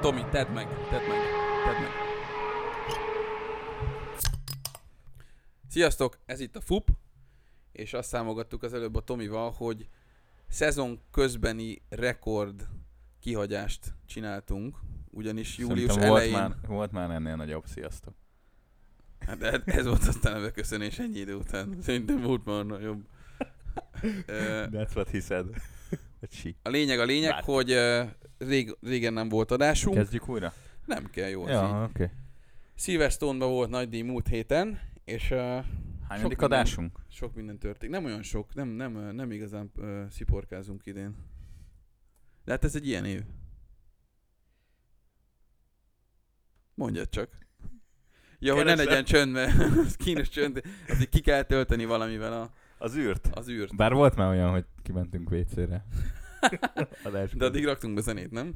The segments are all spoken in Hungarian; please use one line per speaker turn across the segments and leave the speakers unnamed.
Tomi, tedd meg, tedd meg, tedd meg. Sziasztok, ez itt a FUP, és azt számogattuk az előbb a Tomival, hogy szezon közbeni rekord kihagyást csináltunk, ugyanis július
Szerintem
elején...
Volt már, volt már ennél nagyobb, sziasztok.
Hát ez- ez volt aztán a beköszönés ennyi idő után. Szerintem volt már nagyobb. Ö,
That's what he said. Hogy sík.
A lényeg a lényeg,
Várj.
hogy ö, rég, régen nem volt adásunk.
Kezdjük újra?
Nem kell, jó. Ja.
Ja, oké. Okay.
Silverstone-ban volt nagy díj múlt héten, és ö,
Hányadik
minden-
adásunk?
sok minden történt. Nem olyan sok, nem, nem, ö, nem igazán ö, sziporkázunk idén. De hát ez egy ilyen év. Mondjad csak. Ja, hogy ne
Keresem.
legyen csönd, mert az kínos csönd, addig ki kell tölteni valamivel a,
Az űrt.
az űrt.
Bár volt már olyan, hogy kimentünk WC-re. Adásunk.
De addig raktunk be zenét, nem?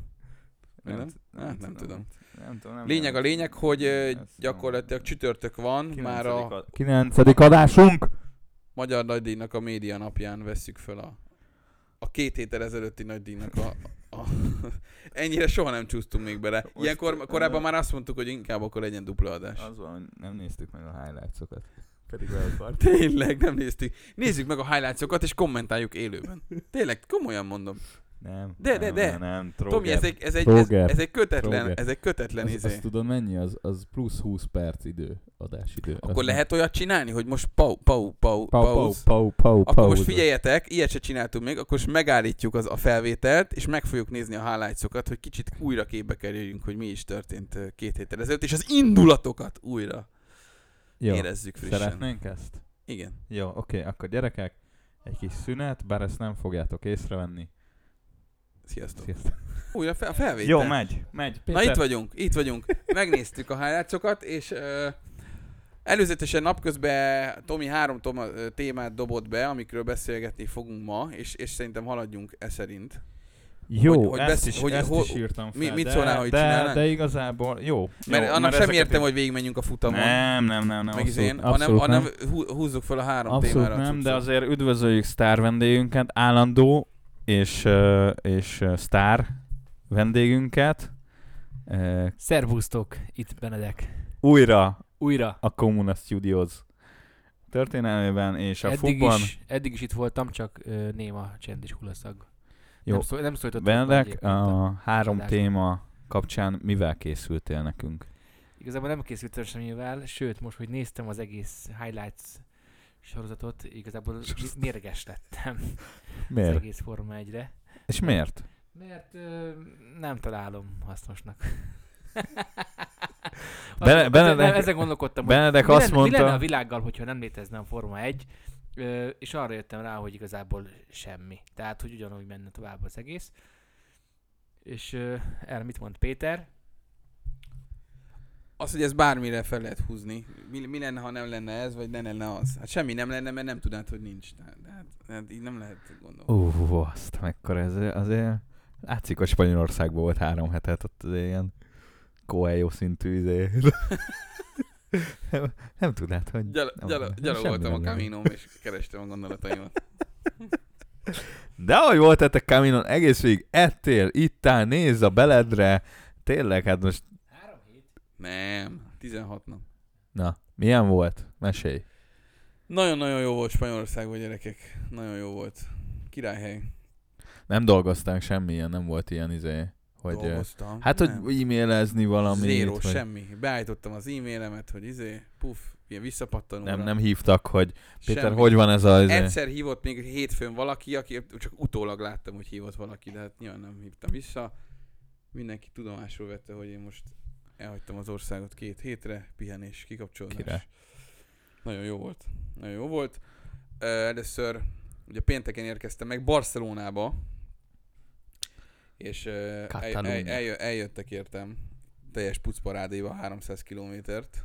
Nem,
nem? Hát nem tudom.
Nem tudom. Nem
Lényeg a lényeg, hogy ö,
Ez nem-
gyakorlatilag csütörtök van, már a
Kilencedik ad- Kilencedik adásunk!
Magyar Nagydíjnak a média napján vesszük föl a, a két héttel ezelőtti Nagydíjnak a, a Ennyire soha nem csúsztunk még bele.
Most- Hát.
Ilyenkor korábban már azt mondtuk, hogy inkább akkor legyen dupla adás.
Az van, hogy nem néztük meg a highlightsokat. Pedig le akart.
Tényleg, nem néztük. Nézzük meg a highlightsokat, és kommentáljuk élőben. Tényleg, komolyan mondom.
Nem.
De, de,
nem,
de.
Nem, nem.
Tomi,
Tróger.
ez egy, ez egy, ez,
Tróger.
ez egy kötetlen,
Tróger.
ez egy kötetlen
az,
izé.
azt tudod mennyi? Az, az plusz 20 perc idő, adásidő.
Akkor lehet olyat csinálni, hogy most pau, pau, pau,
Pau, pau,
pauz.
pau, pau,
Akkor
pau,
most figyeljetek, ilyet se csináltunk még, akkor most megállítjuk az, a felvételt, és meg fogjuk nézni a highlightsokat, hogy kicsit újra képbe kerüljünk, hogy mi is történt ö, két héttel ezelőtt, és az indulatokat újra
Jó.
érezzük frissen.
Szeretnénk ezt?
Igen.
Jó, oké, akkor gyerekek, egy kis szünet, bár ezt nem fogjátok észrevenni.
Sziasztok.
Sziasztok.
Újra fel, a felvétel.
Jó, megy, megy.
Na itt vagyunk, itt vagyunk. Megnéztük a highlightsokat, és ö, előzetesen napközben Tomi három toma, ö, témát dobott be, amikről beszélgetni fogunk ma, és, és szerintem haladjunk e szerint.
Jó,
hogy- hogy
ezt,
besz-
is,
hogy
ezt
hol-
is írtam fel.
mi- mit
de,
szólnál, hogy
de,
csinálnánk?
de igazából, jó.
Mert
jó,
annak sem
ezeket
értem,
én-
hogy végigmenjünk a futamon.
Nem, nem, nem, nem.
meg is én,
abszolút,
hanem,
abszolút
hanem
nem.
hú- húzzuk fel a három
Abszolút
témára. a
nem, de
cuccot.
azért üdvözöljük sztár vendégünket, állandó és, ö, és ö, sztár vendégünket. Ö,
Szervusztok, itt Benedek.
Újra
Újra.
a Communa Studios történelmében és a
Eddig
fukban.
is, eddig is itt voltam, csak ö, néma csend és hulaszag.
Jó.
Nem, szó, nem szólítottam.
Benedek, a három
adásban.
téma kapcsán mivel készültél nekünk?
Igazából nem készültem semmivel, sőt, most, hogy néztem az egész Highlights sorozatot, igazából mi- mérges lettem az
Miért?
egész Forma 1-re.
És miért?
Mert ö, nem találom hasznosnak.
Bene-
Azt-
Benedek-
ezen gondolkodtam, hogy
Benedek
mi
azt
lenne, Mi lenne a
mondta,
világgal, hogyha nem létezne a Forma 1? Ö, és arra jöttem rá, hogy igazából semmi. Tehát, hogy ugyanúgy menne tovább az egész. És ö, erre mit mond Péter?
Az, hogy ez bármire fel lehet húzni. Mi, mi lenne, ha nem lenne ez, vagy nem lenne az? Hát semmi nem lenne, mert nem tudnád, hogy nincs. Tehát, tehát, tehát hát így nem lehet gondolni.
ú, azt mekkora ez azért. Látszik, hogy Spanyolországban volt három hetet, ott azért ilyen Coelho szintű izé. nem, nem tudnád, hogy...
Gyal-
nem-
gyal-
semmi
gyalogoltam a
nem lenne.
kaminom, és kerestem a gondolataimat.
De ahogy volt a kaminon, egész végig ettél, ittál, nézz a beledre. Tényleg, hát most,
Nem, 16 nap.
na, milyen volt? Mesélj.
Nagyon-nagyon jó volt Spanyolországban, gyerekek. Nagyon jó volt. Királyhely.
Nem dolgoztál semmilyen, nem volt ilyen izé, hogy... ö,
Dolgoztam.
Hát,
Nem.
hogy e-mailezni valamit.
Zéro,
vagy-
semmi. Beállítottam az e-mailemet, hogy izé, puf, ilyen visszapattanóra.
Nem, nem hívtak, hogy Péter,
Semmi.
hogy van ez a... izé?
Egyszer hívott még hétfőn valaki, aki csak utólag láttam, hogy hívott valaki, de hát nyilván nem hívtam vissza. Mindenki tudomásul vette, hogy én most elhagytam az országot két hétre, pihenés, kikapcsolódás.
Király.
Nagyon jó volt. Nagyon jó volt. Ö, Először ugye pénteken érkeztem meg Barcelonába, és ö, el, el,
Katalónia.
eljö, eljöttek értem teljes pucparádéba 300 kilométert.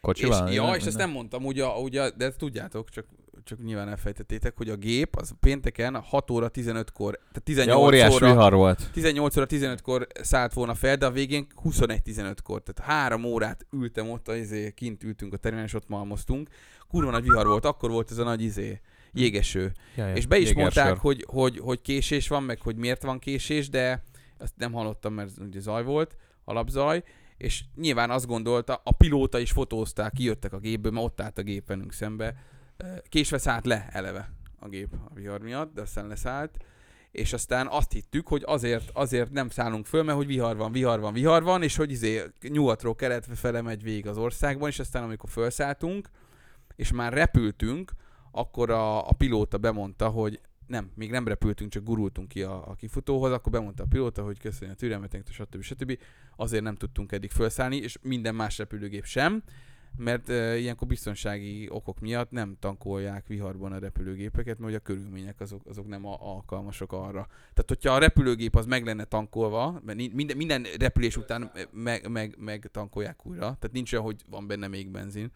Kocsival?
És,
Minden-
ja, és ezt
minden-
nem mondtam, ugye, ugye, de ezt tudjátok, csak, csak nyilván elfejtettétek, hogy a gép az pénteken 6 óra 15-kor, tehát 18
Ja, óriás
óra,
vihar volt.
18 óra 15-kor szállt volna fel, de a végén 21-15-kor, tehát három órát ültem ott, a, izé, kint ültünk a terminál, és ott malmoztunk. Kurva nagy vihar volt, akkor volt ez a nagy izé, jégeső.
Ja, ja,
És be is
jégersör.
mondták, hogy, hogy, hogy késés van, meg hogy miért van késés, de azt nem hallottam, mert ugye zaj volt, alapzaj, és nyilván azt gondolta, a pilóta is fotózták, kijöttek a gépből, mert ott állt a gép velünk szembe. Ö, Késve szállt le eleve a gép a vihar miatt, de aztán leszállt, és aztán azt hittük, hogy azért, azért nem szállunk föl, mert hogy vihar van, vihar van, vihar van, és hogy izé nyugatról keletre fele megy végig az országban, és aztán amikor felszálltunk, és már repültünk, akkor a, a pilóta bemondta, hogy nem, még nem repültünk, csak gurultunk ki a, a kifutóhoz, akkor bemondta a pilóta, hogy köszönjük a türelmeteket, stb. stb. Azért nem tudtunk eddig felszállni, és minden más repülőgép sem, mert e, ilyenkor biztonsági okok miatt nem tankolják viharban a repülőgépeket, mert ugye a körülmények azok, azok nem a, alkalmasok arra. Tehát, hogyha a repülőgép az meg lenne tankolva, mert ni- minden, minden repülés után meg, meg, meg tankolják újra, tehát nincs olyan, hogy van benne még benzin,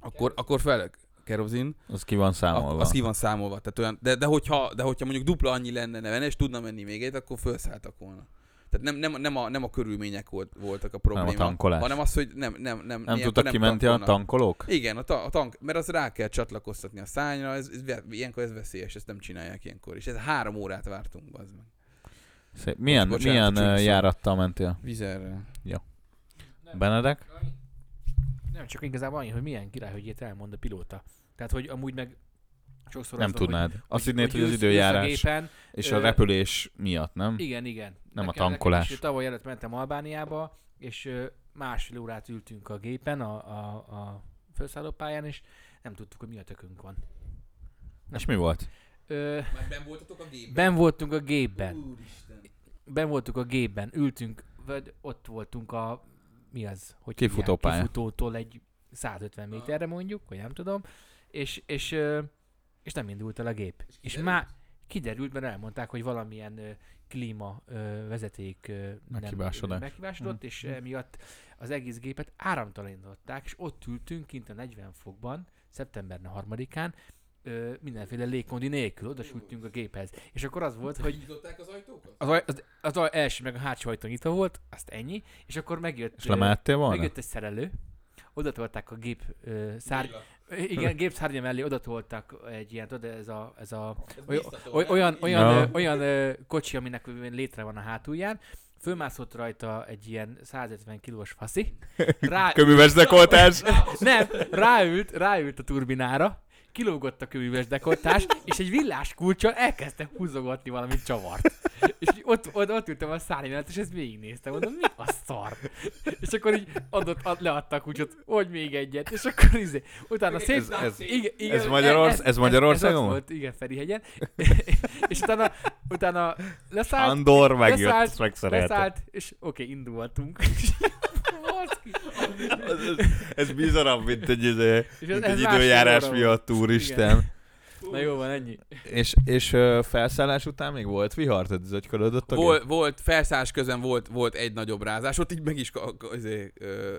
akkor, akkor fel kerozin,
Az ki van számolva.
Ak- az ki van számolva. Tehát olyan, de, de, hogyha, de hogyha mondjuk dupla annyi lenne benne, és tudna menni még egyet, akkor felszálltak volna. Tehát nem, nem, nem, a, nem a körülmények volt, voltak a probléma,
tankolás.
hanem az, hogy nem, nem, nem,
nem
ilyenkor
tudtak kimenni a
tankolnak.
tankolók?
Igen, a, ta- a tank, mert az rá kell csatlakoztatni a szányra, ez, ez, ve- ilyenkor ez veszélyes, ezt nem csinálják ilyenkor. És ez három órát vártunk, az meg.
Szép. Milyen,
Bocs- bocsánat,
milyen
csak
ö,
szó.
járattal mentél?
Vizerre.
Benedek?
Nem, csak igazából annyi, hogy milyen király, hogy ilyet elmond a pilóta. Tehát, hogy amúgy meg sokszor
Nem
az van,
tudnád. Azt hinnéd, hogy
ülsz-
az
ülsz a
időjárás
gépen,
és a
ö,
repülés miatt, nem?
Igen, igen.
Nem a
Nekem- nekem
tankolás.
Is, ö, tavaly előtt mentem Albániába, és ö, másfél órát ültünk a gépen, a, a, a felszállópályán, és nem tudtuk, hogy mi a tökünk van.
És mi volt?
Ö,
Már ben voltatok a gépben?
ben voltunk a gépben.
Úristen.
Ben voltunk a gépben, ültünk, vagy ott voltunk a... Mi az? Hogy
Kifutópálya.
hívják? Kifutótól egy 150 méterre mondjuk, vagy nem tudom. És, és, ö, és nem indult el a gép. És, és
kiderült?
már kiderült, mert elmondták, hogy valamilyen ö, klíma ö, vezeték ö, nem-
Meghibásodás.
meghibásodott, és emiatt az egész gépet áramtalanították, és ott ültünk kint a 40 fokban, szeptember 3-án, ö, mindenféle légkondi nélkül, oda ültünk a géphez. És akkor az
Hát,
volt, hogy
Nyitották az ajtókat?
az, aj- az, az aj- első meg a hátsó ajtó nyitva volt, azt ennyi, és akkor megjött,
És
ö,
lemehettél volna?
megjött egy szerelő, oda tolták a gép ö, szár... Igen, gép szárnya mellé oda tolták egy ilyen, tudod, ez a, ez a oly- oly- olyan, olyan,
Ja.
ö, olyan ö, kocsi, aminek létre van a hátulján, fölmászott rajta egy ilyen 150 kilós faszi, rá,
Köműves dekoltás?
nem, ráült, ráült a turbinára, kilógott a kövüves dekoltás, és egy villás kulcsal elkezdte húzogatni valami csavart. És így ott, ott, ott ültem a szárny mellett, és ezt végignéztem, mondom, mi a szar? És akkor így adott, ad, leadta a kulcsot, hogy még egyet, és akkor izé, utána szép...
Ez- ez-
igen, igen,
ez Magyarorsz- ez Magyarországon
ott
van?
volt, igen, Ferihegyen. és utána, utána leszállt,
Andor megjött,
leszállt,
megszerelte.
leszállt, és oké, okay, indultunk. És így, baszki.
Ez, ez, ez bizarabb, mint egy, izé-
És
mint
ez
egy
más
időjárás
óra
miatt, úristen.
Na jó van, ennyi.
És, és ö, felszállás után még volt vihar? Tehát zögykölödött a gép?
Volt, volt felszállás közben volt, volt egy nagyobb rázás, ott így meg is ka- ka- izé, ö,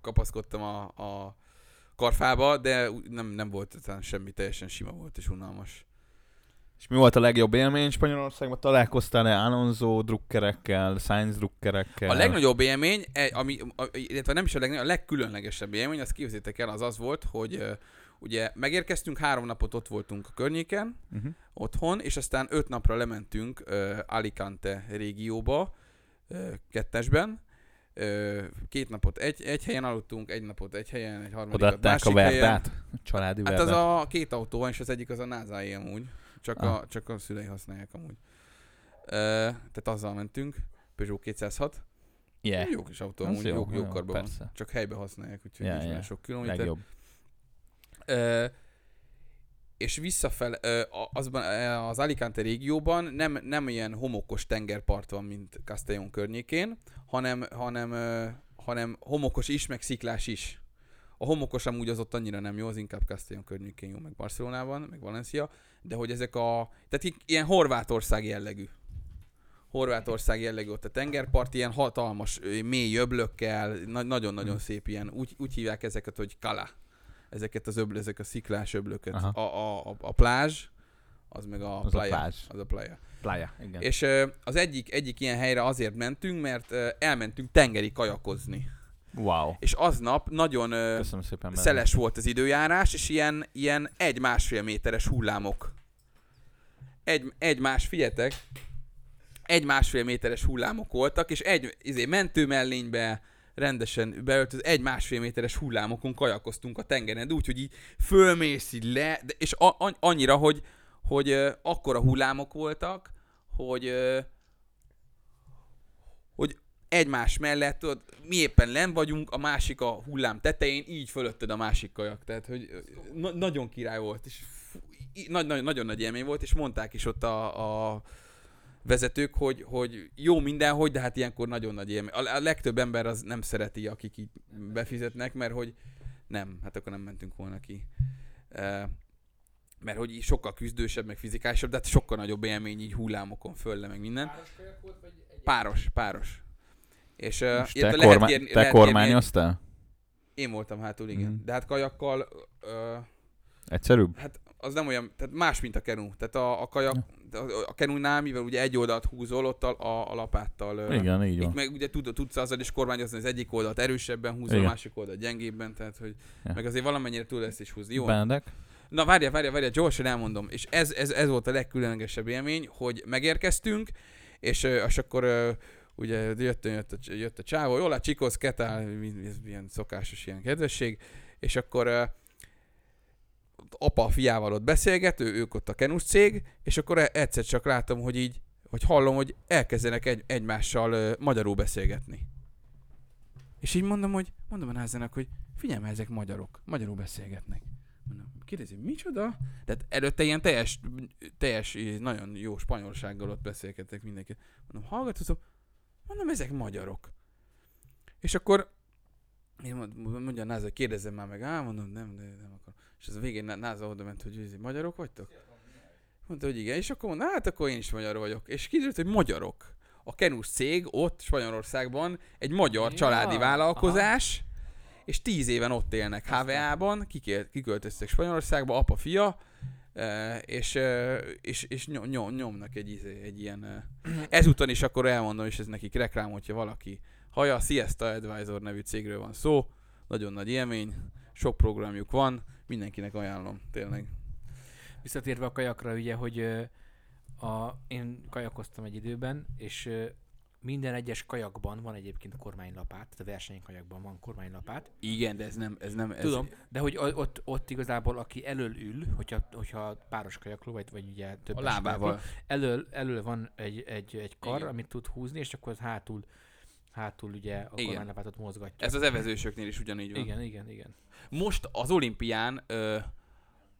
kapaszkodtam a, a karfába, de ú- nem, nem volt talán semmi, teljesen sima volt és unalmas.
És mi volt a legjobb élmény Spanyolországban? Találkoztál-e Alonso drukkerekkel, Sainz drukkerekkel?
A legnagyobb élmény, e- ami, a- illetve nem is a legnagyobb, a legkülönlegesebb élmény, azt képzétek el, az az volt, hogy ö, ugye megérkeztünk, három napot ott voltunk a környéken,
Uh-huh.
otthon, és aztán öt napra lementünk uh, Alicante régióba, uh, kettesben. Ö, két napot egy, egy helyen aludtunk, egy napot egy helyen, egy harmadikat
Odaadták a
helyen.
verdát? A családi
Hát
verdát?
az a két autó van, és az egyik az a NASA amúgy. Csak,
Ah.
a, csak a szülei használják amúgy. Ö, tehát azzal mentünk, Peugeot 206.
yeah.
Jó kis autó,
Az
amúgy
jó,
jó, jó,
jó,
karban van.
persze.
Csak helybe használják, úgyhogy
Ja,
nincs
ja.
olyan sok kilométer.
Legjobb.
Ö, és visszafele, ö, a- azban, ö, az Alicante régióban nem, nem ilyen homokos tengerpart van, mint Castellón környékén, hanem, hanem, ö, hanem homokos is, meg sziklás is. A homokos amúgy az ott annyira nem jó, az inkább Castellón környékén jó, meg Barcelonában, meg Valencia, de hogy ezek a... Tehát i- ilyen Horvátország jellegű. Horvátország jellegű ott a tengerpart, ilyen hatalmas, ö, mély öblökkel, na- nagyon-nagyon
Mhm.
szép ilyen, úgy, úgy hívják ezeket, hogy kala ezeket az öbl, ezek a sziklás öblöket.
Aha.
A, a, a, a plázs, az meg a
Az a
playa.
plázs.
Az a playa.
Playa. Igen.
És ö, az egyik, egyik ilyen helyre azért mentünk, mert ö, elmentünk tengeri kajakozni.
Wow.
És aznap nagyon ö,
Köszönöm szépen. Benedek.
szeles volt az időjárás, és ilyen, ilyen egy-másfél méteres hullámok. Egy, egy más, figyeljetek, egy másfél méteres hullámok voltak, és egy izé, mentő mellénybe rendesen beöltöz, egy másfél méteres hullámokon kajakoztunk a tengeren, de úgy, hogy így fölmész így le, de, és a, a, annyira, hogy, hogy ö, akkora hullámok voltak, hogy ö, hogy egymás mellett, tudod, mi éppen len vagyunk, a másik a hullám tetején, így fölötted a másik kajak. Tehát, hogy ö, na- nagyon király volt, és fú, í- nagy, nagyon, nagyon nagy élmény volt, és mondták is ott a, a vezetők, hogy, hogy jó mindenhogy, de hát ilyenkor nagyon nagy élmény. A, a legtöbb ember az nem szereti, akik így befizetnek, mert hogy nem, hát akkor nem mentünk volna ki. E, mert hogy így sokkal küzdősebb, meg fizikálisabb, de hát sokkal nagyobb élmény így hullámokon föl, le, meg minden. Páros, páros. És uh,
És te, korma- te kormányoztál?
Én voltam hátul, igen.
Mhm.
Mm. De hát kajakkal, uh,
Egyszerűbb?
hát az nem olyan, tehát más, mint a kenú. Tehát a, a kajak, a, a kenúnál, mivel ugye egy oldalt húzol, ott a, a, a lapáttal. ö,
Igen, így
Így
van.
meg ugye tud, tudsz azzal is kormányozni, az egyik oldalt erősebben húzol, a
Igen.
másik oldalt gyengébben, tehát hogy
Ja.
ja. meg azért valamennyire tud ezt is húzni. Jó,
Bendek?
Na várja, várja, várja, gyorsan elmondom. És ez, ez, ez volt a legkülönlegesebb élmény, hogy megérkeztünk, és, ö, és akkor ö, ugye jött, jött, a, jött a csávó, jól a csikosz, ketál, mi- mi- ez ilyen szokásos ilyen kedvesség, és akkor ö, apa a fiával ott beszélget, ő, ők ott a kenus cég, és akkor e- egyszer csak látom, hogy így, hogy hallom, hogy elkezdenek egy, egymással ö, magyarul beszélgetni. És így mondom, hogy mondom a názenak, hogy figyelj, mert ezek magyarok, magyarul beszélgetnek. Mondom, kérdezi, micsoda? Tehát előtte ilyen teljes, teljes, így nagyon jó spanyolsággal ott beszélgettek mindenki. Mondom, hallgatozom, mondom, ezek magyarok. És akkor én mond- mondja a Náza, kérdezem már meg, á, mondom, nem, de nem akarom. És az a végén Ná- Náza oda ment, hogy "Izé, magyarok vagytok? Mondta, hogy igen, és akkor mondta, hát akkor én is magyar vagyok. És kiderült, hogy magyarok. A Kenus cég ott Spanyolországban egy magyar
Ja,
családi
aha.
vállalkozás, és tíz éven ott élnek HVA-ban, kikér- kiköltöztek Spanyolországba, apa, fia, eh, és, eh, és, és nyom, nyom, nyomnak egy, izé- egy ilyen... eh, Ezúton is akkor elmondom, és ez nekik reklám, hogyha valaki haja, a Siesta Advisor nevű cégről van szó, nagyon nagy élmény, sok programjuk van, mindenkinek ajánlom, tényleg.
Visszatérve a kajakra, ugye, hogy ö, a, én kajakoztam egy időben, és ö, minden egyes kajakban van egyébként kormánylapát, tehát a versenykajakban van kormánylapát.
Igen, de ez nem, ez nem, ez,
Tudom, de hogy o- ott, ott igazából aki elől ül, hogyha, hogyha páros kajakló, vagy, vagy ugye több
a lábával.
elől, elől van egy, egy, egy kar,
Igen.
Igen. amit tud húzni, és akkor az hátul, hátul ugye a
Igen.
kormánylapátot mozgatja.
Ez az evezősöknél is ugyanígy van.
igen, igen, igen.
Most az olimpián ö,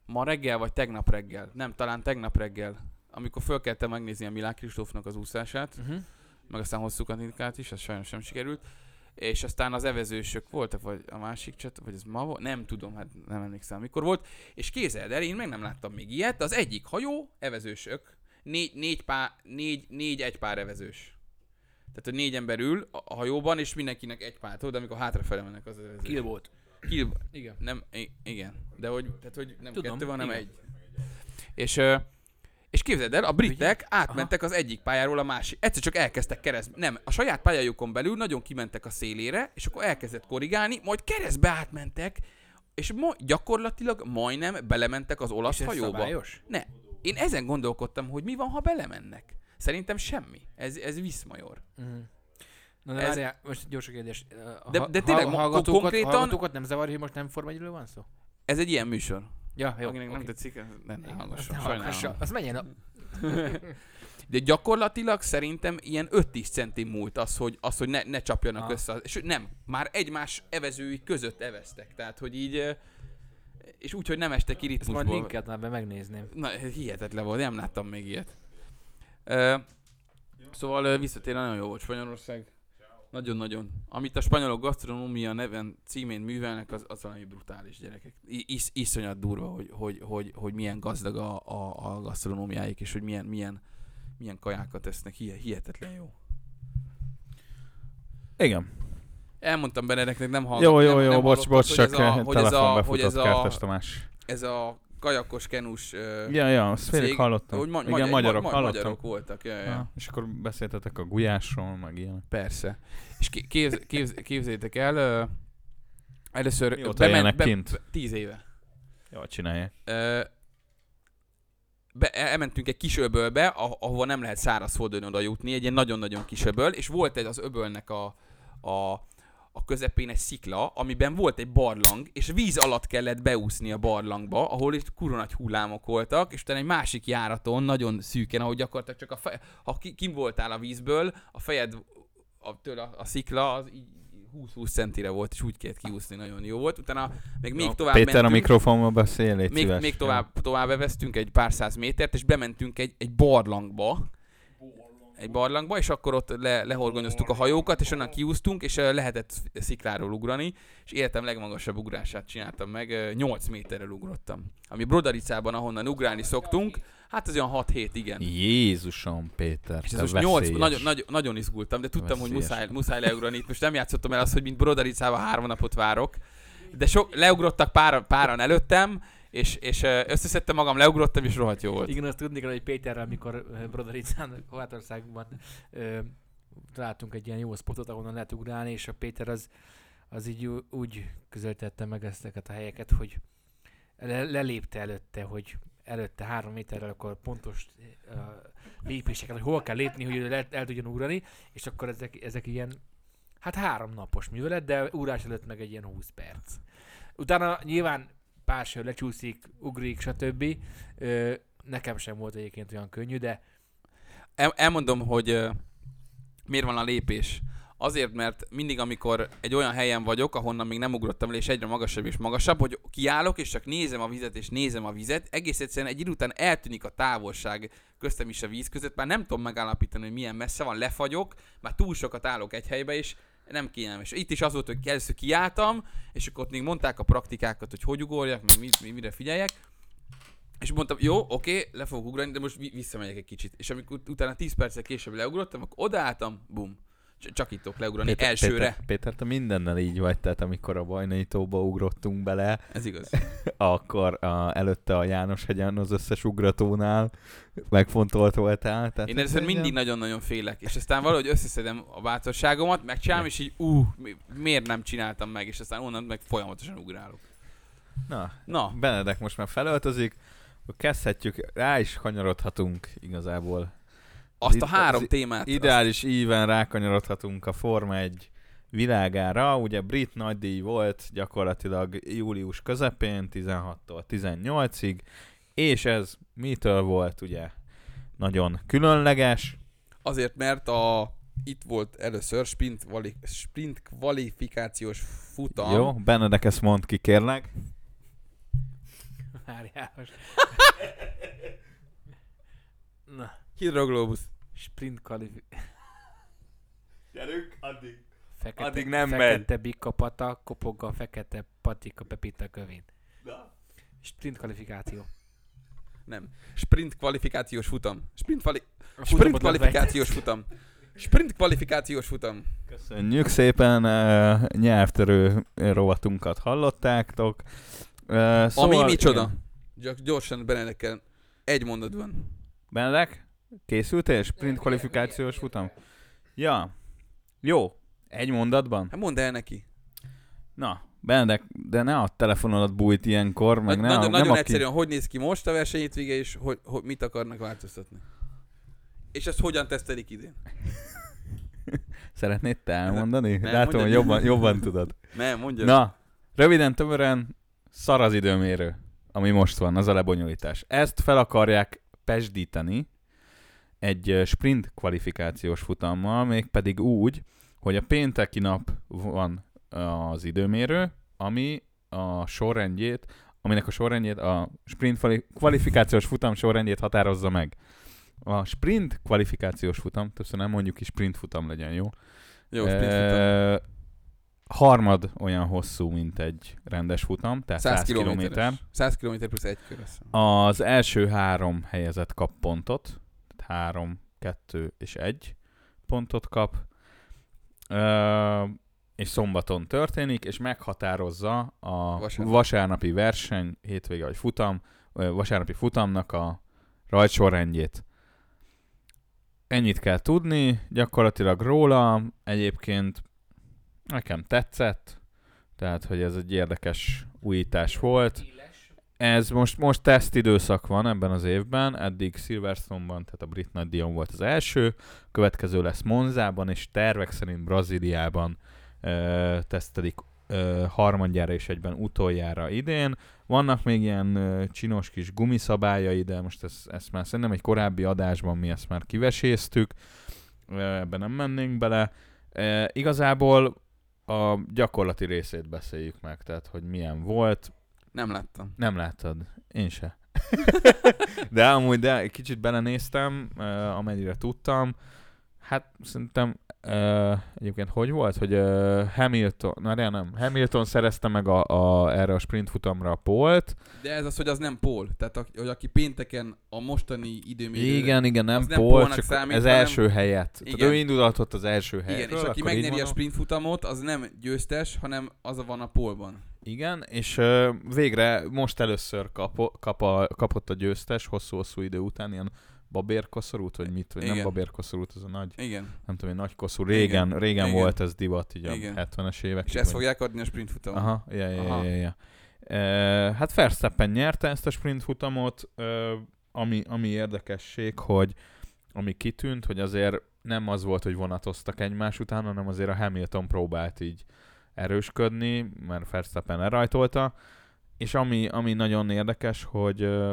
ma reggel vagy tegnap reggel, nem, talán tegnap reggel, amikor fölkeltem megnézni a Milák Kristófnak az úszását,
Uh-huh.
meg aztán hosszú kanitkát is, az sajnos nem sikerült, és aztán az evezősök voltak, vagy a másik csat, vagy ez ma volt, nem tudom, hát nem emlékszem, mikor volt, és képzeld el, én meg nem láttam még ilyet, az egyik hajó, evezősök, négy, négy, pá, négy, négy egy pár evezős. Tehát, hogy négy ember ül a a hajóban, és mindenkinek egy pár, tudod, amikor hátrafele mennek az evezős.
Kill volt.
Kill,
Igen.
nem, i- igen. De hogy, tehát, hogy nem Tudom,
Tudom,
kettő van, hanem
igen.
egy. És, ö, és képzeld el, a britek átmentek az egyik pályáról a másik. Egyszer csak elkezdtek kereszt. Nem, a saját pályájukon belül nagyon kimentek a szélére, és akkor elkezdett korrigálni, majd keresztbe átmentek, és ma, gyakorlatilag majdnem belementek az olasz
És ez
hajóba.
szabályos?
Ne. Én ezen gondolkodtam, hogy mi van, ha belemennek. Szerintem semmi. Ez, ez viszmajor.
Uh-huh. Na de
Ez-
ez... várjál, most gyors kérdés. Ö,
De-
ha-
de tényleg
ha-
ma-
hallgatókat,
konkrétan-
hallgatókat nem zavar, hogy most nem Forma 1 van szó?
Ez egy ilyen műsor.
Ja, jó.
Akinek nem
oké.
tetszik, az ne, ne
Azt
hallgasson.
ne
Sajnálom.
hallgassa. Az menjen a...
De gyakorlatilag szerintem ilyen 5-10 centim múlt az, hogy, az, hogy ne, ne csapjanak
Ah.
össze. Sőt, nem, már egymás evezői között eveztek. Tehát, hogy így... ö, És úgy, hogy nem estek ki
Ezt majd
ritmusból.
linket már be megnézném.
Na, hihetetlen volt, nem láttam még ilyet. Ö, szóval ö, visszatérve nagyon jó volt Spanyolország. Nagyon-nagyon. Amit a spanyolok gasztronómia neven címén művelnek, az, az valami brutális gyerekek. I- is, iszonyat durva, hogy, hogy, hogy, hogy milyen gazdag a, a, a gasztronómiáik, és hogy milyen, milyen, milyen kajákat tesznek. Hi- hihetetlen jó.
Igen.
Elmondtam Benedeknek, nem hallgat,
Jó, jó,
nem,
jó,
nem
bocs,
hallottad,
bocs, csak
hogy ez a, hogy ez a,
telefon
hogy ez
befutott
a,
Kertes Tamás.
ez a kajakos kenus ö,
Ja, ja, azt félig
cég-
hallottam.
hogy ma-
Igen, magyarok,
ma-
hallottam.
magyarok voltak. Ja, ja. ja.
Ja, és akkor beszéltetek a gulyásról, meg ilyen.
Persze. És ki- képz, képz, képzétek el, ö, először
Mióta élnek kint?
tíz éve.
Jól csinálják.
Ö, be, e, elmentünk egy kis öbölbe, a- ahova nem lehet szárazföldön oda jutni, egy ilyen nagyon-nagyon kis öböl, és volt egy az öbölnek a, a, a közepén egy szikla, amiben volt egy barlang, és víz alatt kellett beúszni a barlangba, ahol itt kurva nagy hullámok voltak, és utána egy másik járaton, nagyon szűken, ahogy gyakorlatilag csak a fej, ha ki, kim voltál a vízből, a fejed a, től a, a szikla az így 20-20 centire volt, és úgy kellett kiúszni, nagyon jó volt. Utána még, még tovább
Péter, a
mentünk
mikrofonba beszél, légy
még,
szíves.
még tovább, tovább beveztünk egy pár száz métert, és bementünk egy, egy barlangba. Egy barlangba, és akkor ott le, lehorgonyoztuk a hajókat, és onnan kiúztunk, és eh, lehetett szikláról ugrani, és életem legmagasabb ugrását csináltam meg, eh, 8 méterrel ugrottam. Ami Brodaricában, ahonnan ugrálni szoktunk, hát az olyan 6-7, igen.
Jézusom, Péter,
És
te
ez most 8,
veszélyes.
nagyon, nagyon, nagyon izgultam, de tudtam, hogy
Veszélyes.
muszáj, muszáj leugrani itt. Most nem játszottam el azt, hogy mint Brodaricával három napot várok, de sok, leugrottak pár, páran előttem, és, és ö, összeszedtem magam, leugrottam, és rohadt jó volt.
Igen, azt tudni kell, hogy Péterrel, amikor ö, Brodaricán, Horvátországban ö, találtunk egy ilyen jó spotot, ahonnan lehet ugrálni, és a Péter az, az így ú- úgy közelítette meg ezeket a helyeket, hogy le, lelépte előtte, hogy előtte három méterrel akkor pontos ö, lépéseket, hogy hol kell lépni, hogy ő el, el tudjon ugrani, és akkor ezek, ezek ilyen, hát három napos művelet, de ugrás előtt meg egy ilyen 20 perc. Utána nyilván pár sör lecsúszik, ugrik, stb. Ö, nekem sem volt egyébként olyan könnyű, de
El, elmondom, hogy ö, miért van a lépés. Azért, mert mindig, amikor egy olyan helyen vagyok, ahonnan még nem ugrottam le, és egyre magasabb és magasabb, hogy kiállok, és csak nézem a vizet, és nézem a vizet, egész egyszerűen egy idő után eltűnik a távolság köztem is a víz között, már nem tudom megállapítani, hogy milyen messze van, lefagyok, már túl sokat állok egy helybe, és nem kényelmes. Itt is az volt, hogy először kiálltam, és akkor ott még mondták a praktikákat, hogy hogy ugorjak, meg mi, mi, mire figyeljek, és mondtam, jó, oké, le fogok ugrani, de most vi- visszamegyek egy kicsit. És amikor ut- utána 10 perccel később leugrottam, akkor odaálltam, bum. Cs- Csak itt tudok leugrani Péter, elsőre. Péter.
Péter, Péter, te mindennel így vagy, tehát amikor a bajnaitóba ugrottunk bele,
Ez igaz.
akkor a, előtte a János hegyen az összes ugratónál megfontolt voltál. Tehát
Én először
ez
mindig nagyon-nagyon félek, és aztán valahogy összeszedem a bátorságomat, megcsinálom, és így ú, mi- miért nem csináltam meg, és aztán onnan meg folyamatosan ugrálok.
Na,
Na,
Benedek most már felöltözik, akkor kezdhetjük, rá is kanyarodhatunk igazából.
azt
Itt-
a három
az
témát...
Ideális íven rákanyarodhatunk a Forma 1 világára. Ugye brit nagydíj volt gyakorlatilag július közepén, 16-tól 18-ig, és ez mitől volt ugye nagyon különleges.
Azért, mert a itt volt először sprint, vali, sprint kvalifikációs futam.
Jó, Benedek ezt mond ki, kérlek.
már járás. Na,
Hidroglóbusz.
sprint kalif...
Gyerünk, addig.
Fekete,
Addig nem megy.
fekete bika pata, kopog a fekete patika pepita kövén. Sprint kvalifikáció.
Nem. Sprint kvalifikációs futam. Sprint, vali,
A
sprint
futamot lezárják.
kvalifikációs futam. Sprint kvalifikációs futam.
Köszönjük szépen, uh, nyelvtörő rovatunkat hallottáktok. Uh,
Szóval,
szóval,
Ami micsoda?
igen.
Csak gyorsan Benedekkel egy mondatban.
Benedek, készültél? Sprint kvalifikációs futam? Ja. Jó. Egy mondatban?
Hát mondd el neki.
Na, Benedek, de ne a telefonodat bújt ilyenkor, meg ne,
nagyon
a,
nagyon
nem
egyszerűen, hogy néz ki most a versenyétvége, és hogy, hogy, mit akarnak változtatni. És ezt hogyan tesztelik idén?
Aki... Szeretnéd te elmondani?
Nem,
Látom, hogy
mondjad.
jobban, jobban tudod.
Nem, mondja.
Na, röviden, tömören, szar az időmérő, ami most van, az a lebonyolítás. Ezt fel akarják pesdíteni egy ö, sprint kvalifikációs futammal, mégpedig úgy, hogy a pénteki nap van az időmérő, ami a sorrendjét, aminek a sorrendjét a sprint kvali- kvalifikációs futam sorrendjét határozza meg. A sprint kvalifikációs futam, többször nem mondjuk ki sprint futam legyen, jó?
Jó, sprint
eh,
futam.
Ö, harmad olyan hosszú, mint egy rendes futam, tehát 100, 100
kilométeres.
km.
100 km plusz egy kör. azt hiszem.
Az első három helyezett kap pontot, tehát három, kettő és egy pontot kap, Ö, és szombaton történik, és meghatározza a
Vasárnap.
vasárnapi, vasárnapi verseny, hétvége vagy futam, ö, vasárnapi futamnak a rajtsorrendjét. Ennyit kell tudni, gyakorlatilag róla, egyébként nekem tetszett, tehát hogy ez egy érdekes újítás volt. ez most, most teszt időszak van ebben az évben, eddig Silverstone-ban, tehát a brit nagy Dion volt az első, következő lesz Monzában, és tervek szerint Brazíliában ö, tesztelik ö, harmadjára és egyben utoljára idén. Vannak még ilyen ö, csinos kis gumiszabályai, de most ezt, ezt már szerintem egy korábbi adásban mi ezt már kiveséztük, ö, ebben nem mennénk bele. E, igazából a gyakorlati részét beszéljük meg, tehát hogy milyen volt,
Nem láttam.
nem láttad. Én se. de amúgy, de egy kicsit belenéztem, uh, amennyire tudtam. Hát szerintem uh, egyébként hogy volt, hogy uh, Hamilton, na de nem, Hamilton szerezte meg a, a, erre a sprint futamra a polt.
De ez az, hogy az nem Paul. Tehát a, hogy aki pénteken a mostani időmérőre...
Igen, igen, nem
az nem
polt,
pólnak
csak
számít,
ez
hanem-
első helyett.
Igen.
Tehát ő indulhatott az első helyről.
Igen, és aki
akkor így
megnyeri a
mondom.
sprint futamot, az nem győztes, hanem az a van a polban.
Igen, és ö, végre most először kapo, kap a, kapott a győztes hosszú-hosszú idő után ilyen babérkoszorút, vagy mit, vagy nem
Igen.
babérkoszorút, az a nagy,
Igen.
nem tudom, egy nagy koszú, régen,
Igen.
régen
Igen.
volt ez divat, így a
Igen.
70-es évek.
És ezt fogják adni a sprint futamon. Aha.
Aha, ja, ja,
Aha.
ja, ja, ja. E, hát Verstappen nyerte ezt a sprint futamot, e, ami, ami érdekesség, hogy ami kitűnt, hogy azért nem az volt, hogy vonatoztak egymás után, hanem azért a Hamilton próbált így erősködni, mert Verstappen elrajtolta, és ami, ami nagyon érdekes, hogy e,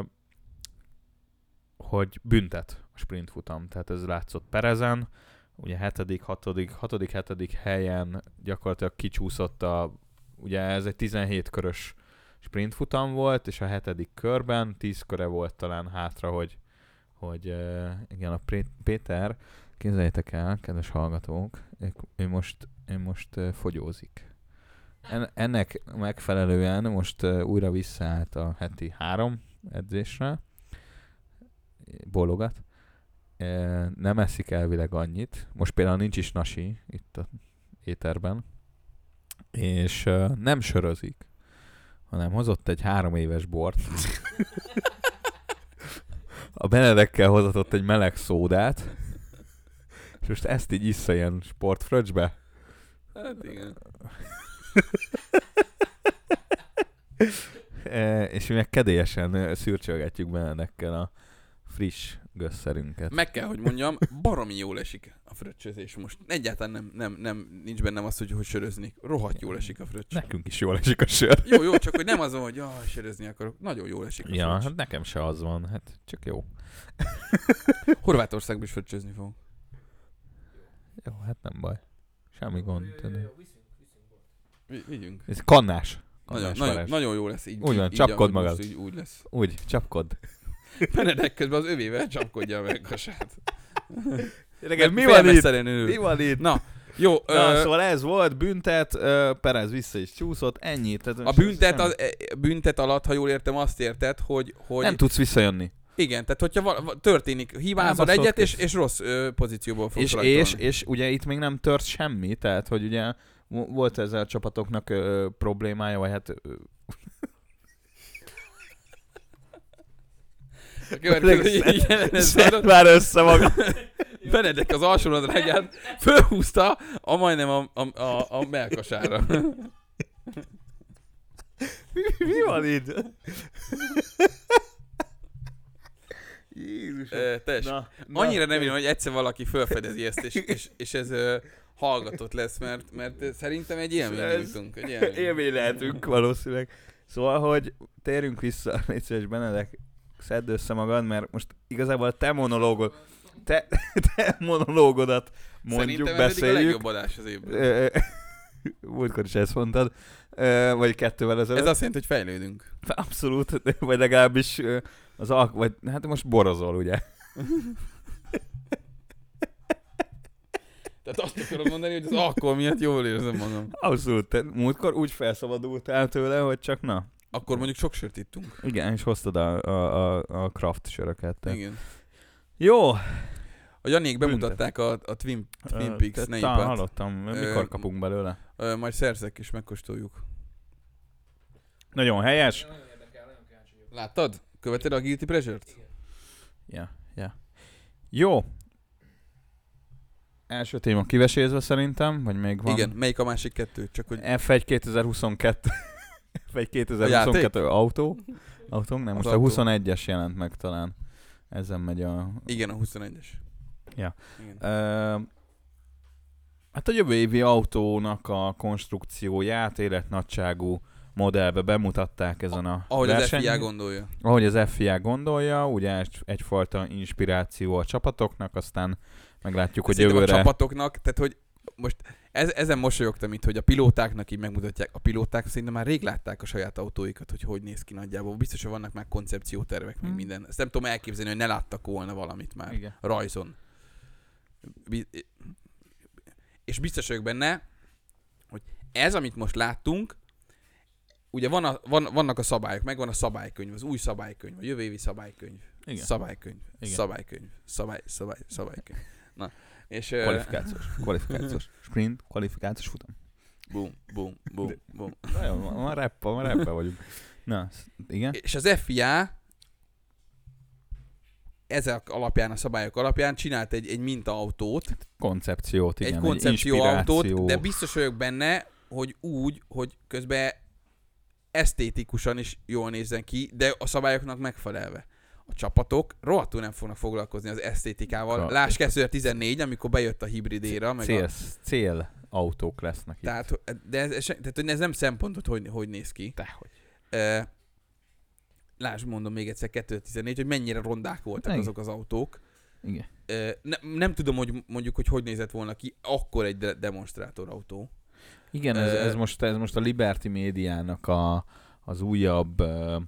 hogy büntet a sprint futam, tehát ez látszott Perezen, ugye hetedik, hatodik, hatodik, hetedik helyen gyakorlatilag kicsúszott a ugye ez egy 17 körös sprintfutam volt, és a hetedik körben 10 köre volt talán hátra, hogy, hogy uh, igen, a Pré- Péter, képzeljétek el, kedves hallgatók, ők- ő most, ő most uh, fogyózik. En, ennek megfelelően most uh, újra visszaállt a heti három edzésre, bólogat, Ö, nem eszik elvileg annyit, most például nincs is nasi itt a éterben, és ö, nem sörözik, hanem hozott egy három éves bort. A Benedekkel hozatott egy meleg szódát, és most ezt így issza ilyen sportfröccsbe.
Hát igen.
E, és mi meg kedélyesen ö, szürcsölgetjük Benedekkel a friss gösszerünket.
Meg kell, hogy mondjam, baromi jól esik a fröccsözés most. Egyáltalán nem, nem, nem, nincs bennem az, hogy hogy söröznék. Rohadt jól esik a fröccs.
Nekünk is jól esik a sör.
Jó, jó, csak hogy nem az, hogy jaj, sörözni akarok. Nagyon jól esik a
Ja,
fröccs.
hát nekem se az van, hát csak jó.
Horvátországban is fröccsözni fogok.
Jó, hát nem baj. Semmi gond. tudod.
Vi- Vigyünk.
Ez kannás.
Nagyon,
kannás
nagyon,
Varázs.
nagyon jó lesz. Így,
Úgy van,
így, így,
csapkodd
ahogy
magad.
most Így, úgy lesz.
Úgy, csapkod.
Benedek közben az övével csapkodja meg a sát.
Nekem Mi van itt?
Na, jó.
Na,
ö,
szóval ez volt, büntet, ö, Perez vissza is csúszott, ennyi. Tehát
A
most
büntet,
nem-
az, e- büntet alatt, ha jól értem, azt érted, hogy, hogy
Nem tudsz visszajönni.
igen, tehát hogyha val- va- történik, hibázol
Elbaszott
egyet, és,
kész.
és rossz ö, pozícióból fogsz
És,
rajtolni.
és, és ugye itt még nem tört semmi, tehát hogy ugye mo- volt ezzel a csapatoknak ö, problémája, vagy hát ö,
A következő
Szed-
ilyen- hát ez
szed
adott-
már össze maga.
Benedek az alsó nadrágját fölhúzta a majdnem a, a, a, a melkasára.
Mi van itt? Jézus.
Ö, Teljesen.
Na, na,
Annyira nem jön, hogy egyszer valaki felfedezi ezt, és, és, és ez ö, hallgatott lesz, mert, mert ö, szerintem egy élményre
Ez-
jutunk. Egy
Élmény lehetünk valószínűleg. Szóval, hogy térjünk vissza, légy szíves Benedek, szedd össze magad, mert most igazából a te monológod, te, te monológodat mondjuk,
Szerintem ez eddig a
beszéljük.
legjobb adás az évben.
Ö, ö, Múltkor is ezt mondtad, Ö, vagy kettővel
Ez
ezelőtt.
azt jelenti, hogy fejlődünk.
Abszolút, vagy legalábbis ö, az alk... vagy hát most borozol, ugye?
Tehát azt akarom mondani, hogy az alkohol miatt jól érzem magam.
Abszolút, te múltkor úgy felszabadultál tőle, hogy csak na.
Akkor mondjuk sok sört ittunk.
Igen, és hoztad a, a, a, a craft söröket. te.
Igen.
Jó,
A Janék
Büntet.
bemutatták a, a Twin, Twin
Ö,
Peaks
te- talán
neipat.
hallottam,
Ö,
mikor kapunk belőle.
Ö, Majd szerzek és megkóstoljuk.
Nagyon helyes.
Láttad? Követed a Guilty Pleasure-t?
Ja, ja. Jó. Első téma kivesézve szerintem, vagy még van?
Igen. Melyik a másik kettő? Csak hogy...
F1 2022. F1 2022 autó. Autónk nem,
Az
most
autó.
a 21-es jelent meg talán. Ezen megy a...
Igen, a 21-es.
Ja.
Igen.
Ö, hát a jövő évi autónak a konstrukcióját életnagyságú modellbe bemutatták ezen a
Ahogy az
versenyen.
FIA gondolja.
ahogy az FIA gondolja, ugye egy, egyfajta inspiráció a csapatoknak, aztán meglátjuk, hogy
Szerintem
jövőre...
a csapatoknak, tehát hogy most ez, ezen mosolyogtam itt, hogy a pilótáknak így megmutatják. A pilóták szerintem már rég látták a saját autóikat, hogy hogy néz ki nagyjából. Biztos, hogy vannak már koncepciótervek, meg
Hmm.
minden. Ezt nem tudom elképzelni, hogy ne láttak volna valamit már
Igen.
rajzon. Bi- és biztos vagyok benne, hogy ez, amit most láttunk, ugye van a, van, vannak a szabályok, megvan a szabálykönyv, az új szabálykönyv, a jövő évi szabálykönyv.
Igen.
Szabálykönyv.
Igen.
Szabálykönyv. Szabály, szabály, szabálykönyv. Na, és ö,
Kvalifikációs, kvalifikációs. Sprint, kvalifikációs futam.
bum, bum, bum, bum.
Na jó, ma ma reppe, ma reppe vagyunk. Na, sz- igen.
És az FIA ezek alapján, a szabályok alapján csinált egy, egy mintaautót,
Koncepciót, Hát igen.
egy koncepcióautót,
inspiráció.
de biztos vagyok benne, hogy úgy, hogy közben esztétikusan is jól nézzen ki, de a szabályoknak megfelelve. A csapatok rohadtul nem fognak foglalkozni az esztétikával.
Ka-
Láss 2014, amikor bejött a hibrid éra, meg a,
Cél, cél autók lesznek itt.
tehát, hogy- de ez, ez, se- tehát, hogy ez nem szempontot, hogy, hogy néz ki.
Dehogy.
Ö, Lásd, mondom még egyszer 2014, hogy mennyire rondák voltak
Igen.
azok az autók.
Igen.
Ö, ne, nem tudom, hogy mondjuk, hogy hogy nézett volna ki akkor egy de- demonstrátor autó.
Igen, ez,
Ö,
ez, most, ez most a Liberty médiának a, az újabb uh,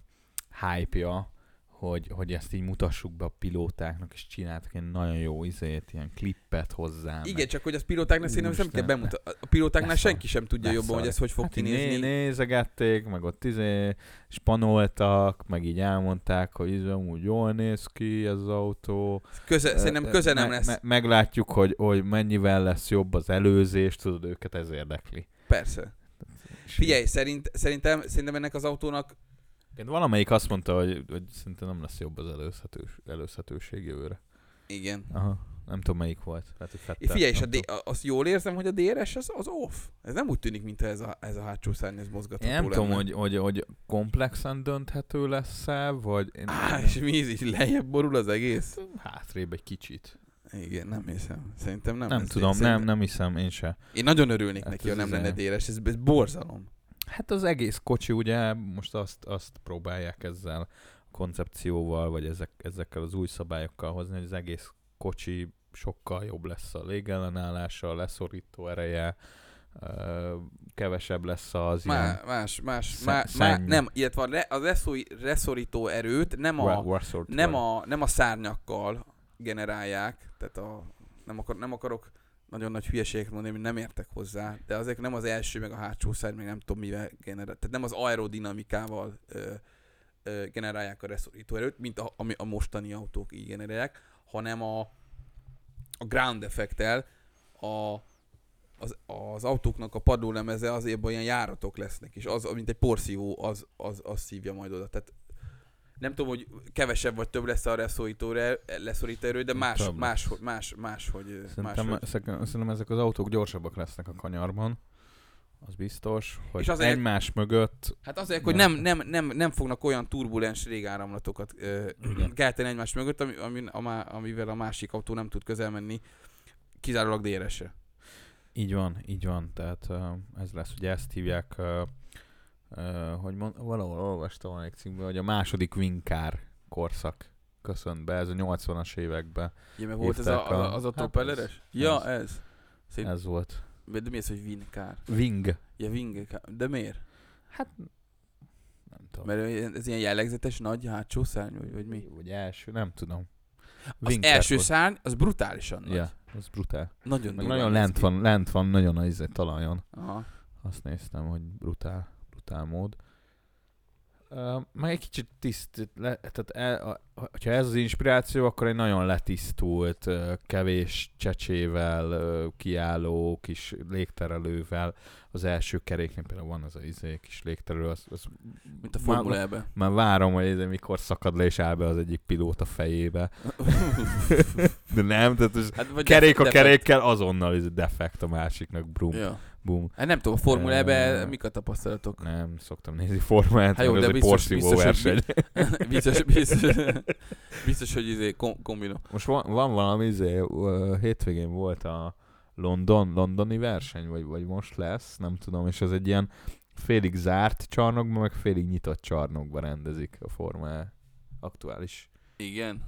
hype-ja, hogy, hogy ezt így mutassuk be a pilótáknak, és csináltak egy nagyon jó izét, ilyen klippet hozzá. meg-
Igen, csak hogy az pilótáknál szerintem ezt nem kell
Úristen,
bemutatni. A pilótáknál
Leszar.
senki sem tudja
Leszar.
jobban, hogy ez hogy fog
hát így né-
kinézni.
nézegették, meg ott izé spanoltak, meg így elmondták, hogy izé, úgy jól néz ki ez az autó.
Köze,
Ö,
szerintem
ö,
köze nem
me-
lesz.
me- meglátjuk, hogy, hogy mennyivel lesz jobb az előzés, tudod, őket ez érdekli.
Persze.
És
Figyelj, szerint, szerintem, szerintem ennek az autónak
Egyébként valamelyik azt mondta, hogy, hogy szinte nem lesz jobb az előzhetős, előzhetőség jövőre.
igen.
Aha. Nem tudom, melyik volt. Lehet, hogy
É,
Fettel,
figyelj, és a
nem
D- a- azt jól érzem, hogy a DRS az, az off. Ez nem úgy tűnik, mint ez a, ez a hátsó szárny, ez mozgatható
Én nem
lenne.
tudom, hogy, hogy, hogy komplexen dönthető lesz-e, vagy... Én,
Á, és mi ez így lejjebb borul az egész?
Hátrébb egy kicsit.
Igen, nem hiszem. Szerintem nem.
Nem, nem
Ez-
tudom,
szerintem-
nem, nem hiszem, én se.
Én nagyon örülnék
Hát
neki, ha
ez
nem lenne
izé-
DRS, ez, ez borzalom.
Hát az egész kocsi ugye most azt, azt próbálják ezzel a koncepcióval, vagy ezek, ezekkel az új szabályokkal hozni, hogy az egész kocsi sokkal jobb lesz a légellenállása, a leszorító ereje, ö, kevesebb lesz az ilyen
Má, más, más,
Sze-
má, má,
szenny.
nem, illetve a, re, a reszúj, reszorító erőt nem a,
wa- warszort-
nem, a, nem a szárnyakkal generálják, tehát a, nem, akar, nem akarok nagyon nagy hülyeséget mondani, mert nem értek hozzá, de azért nem az első, meg a hátsó szárny, meg nem tudom mivel generál, tehát nem az aerodinamikával ö, ö, generálják a reszorító erőt, mint a, ami a mostani autók így generálják, hanem a, a ground effekttel a, az, az autóknak a padlólemeze azért olyan járatok lesznek, és az, mint egy porszívó, az, az, az szívja majd oda. Tehát nem tudom, hogy kevesebb vagy több lesz a leszorító, leszorító erő, de más,
Több
más,
lesz.
más, eh, más, hogy,
Szerintem, ezek, szerintem ezek az autók gyorsabbak lesznek a kanyarban, az biztos, hogy
És
és
azért-
egymás mögött
Hát azért, hogy nem, nem, nem, nem fognak olyan turbulens régáramlatokat ö,
Igen.
kelteni egymás mögött, ami, ami, a, má- amivel a másik autó nem tud közel menni, kizárólag DRS-re.
Így van, így van, tehát ö, ez lesz, ugye ezt hívják, ö, ö, hogy mond, valahol olvastam valamelyik cikkben, hogy a második vinkár korszak köszönt be, ez a 80-as években
Ja, mert volt ez
Hívták
a, a,
a-
az a
hát ez-
propelleres? ja,
ez.
ez. Szerint,
ez volt.
De mi ez, hogy vinkár?
Wing.
Ja, vinkár. De miért?
Nem tudom.
Mert ez ilyen jellegzetes nagy hátsó szárny, vagy, vagy mi?
Vagy első, nem tudom.
Az
Wingkár
első
korszak.
szárny, az brutálisan nagy.
Ja, ez brutál.
Nagyon
Meg
durván
nagyon
néz
lent
ki.
van, lent van, nagyon a izé, talajon.
Aha.
Azt néztem, hogy brutál, brutál mód. Uh, meg egy kicsit tiszt, le, tehát el, a, ha ez az inspiráció, akkor egy nagyon letisztult, ö, kevés csecsével, ö, kiálló, kis légterelővel. Az első keréknél például van az a izé, kis légterelő, az, az
Mint a
már-
Formula ebbe.
Már várom, hogy ez mikor szakad le és áll be az egyik pilóta fejébe. De nem, tehát ez
Hát, vagy
kerék a
de-
kerékkel azonnal ez defekt a másiknak, brum,
Ja.
bum.
Hát nem tudom, a Formula ebbe
Ö,
mik a tapasztalatok?
Nem, szoktam nézni formát,
Hát jó,
meg
de
az egy
biztos-
porszívó
biztos, hogy
verseny.
biztos, biztos, biztos, hogy izé kom- kombinó.
Most van, van valami, izé, ö, hétvégén volt a London, londoni verseny, vagy, vagy most lesz, nem tudom, és ez egy ilyen félig zárt csarnokban, meg félig nyitott csarnokban rendezik a Forma E aktuális
Igen.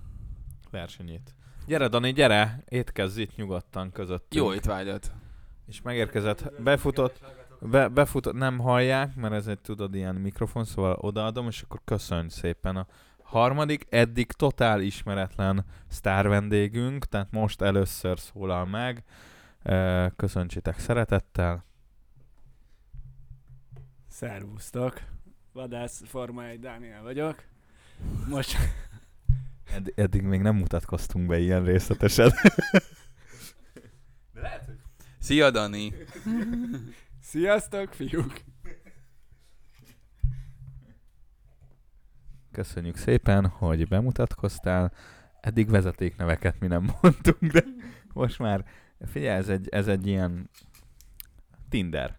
versenyét. Gyere, Dani, gyere! Étkezz itt nyugodtan között.
Jó étvágyat.
És megérkezett, befutott, be, befutott, nem hallják, mert ez egy tudod ilyen mikrofon, szóval odaadom, és akkor köszönj szépen a harmadik, eddig totál ismeretlen sztár vendégünk, tehát most először szólal meg. Ö, Köszöntsétek szeretettel.
Szervusztok! Vadász Formáj Dániel vagyok. Most
Ed- eddig még nem mutatkoztunk be ilyen részletesen.
Szia, Dani!
sziasztok, fiúk!
Köszönjük szépen, hogy bemutatkoztál. Eddig vezetékneveket mi nem mondtunk, de most már, figyelj, ez egy, ez egy ilyen Tinder.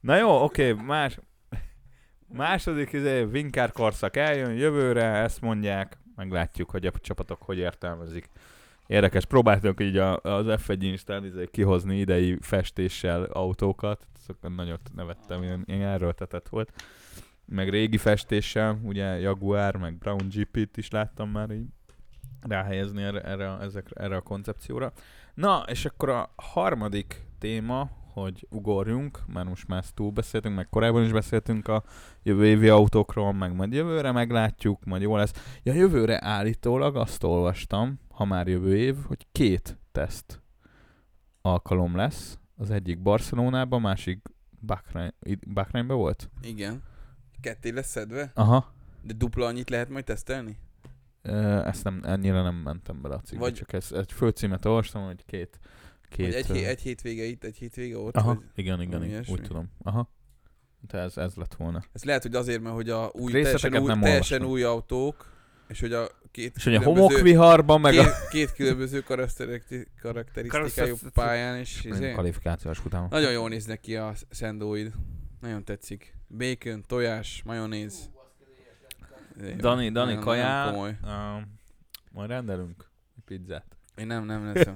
Na jó, oké, okay, más, második izé, Vinkár korszak eljön jövőre, ezt mondják, meglátjuk, hogy a csapatok hogy értelmezik. Érdekes, próbáltunk így a, az F1 Instán izé, kihozni idei festéssel autókat, szóval nagyot nevettem, ilyen, ilyen erőltetett volt. Meg régi festéssel, ugye Jaguar, meg Brown GP-t is láttam már így ráhelyezni erre, erre, a- ezekre, erre a koncepcióra. Na, és akkor a harmadik téma, hogy ugorjunk, mert most már ezt túl beszéltünk, meg korábban is beszéltünk a jövő évi autókról, meg majd jövőre meglátjuk, majd jó lesz. Ja, jövőre állítólag azt olvastam, ha már jövő év, hogy két teszt alkalom lesz. Az egyik Barcelonában, a másik Bahrein- itt Bahreinben volt?
Igen. Ketté lesz szedve?
Aha.
De dupla annyit lehet majd tesztelni?
Ö, Ezt nem, ennyire nem mentem bele a cikkbe,
Vagy-
Vagy... csak ez, egy főcímet olvastam, hogy két. két
Vagy egy,
ö,
hé- egy hétvége itt, egy hétvége ott?
Aha,
Vagy...
igen, igen,
valami
igen úgy
ilyesmi.
tudom. Aha. De ez, ez lett volna.
Ez lehet, hogy azért, mert hogy a új,
Részleteket
teljesen, új,
nem
teljesen
olvastam.
új autók, és hogy a két
És hogy a
különböző-
homokviharban, meg a
két, két különböző karakterikti- karakterisztikájú
Karakterisztikájú
pályán is. Izé.
kvalifikációs futam.
Nagyon jól néznek ki a szendóid. Nagyon tetszik. Bacon, tojás, majonéz. Izé,
Dani, Dani,
nagyon-
kajá.
nagyon komoly.
Uh, majd rendelünk egy pizzát.
Én nem, nem leszem.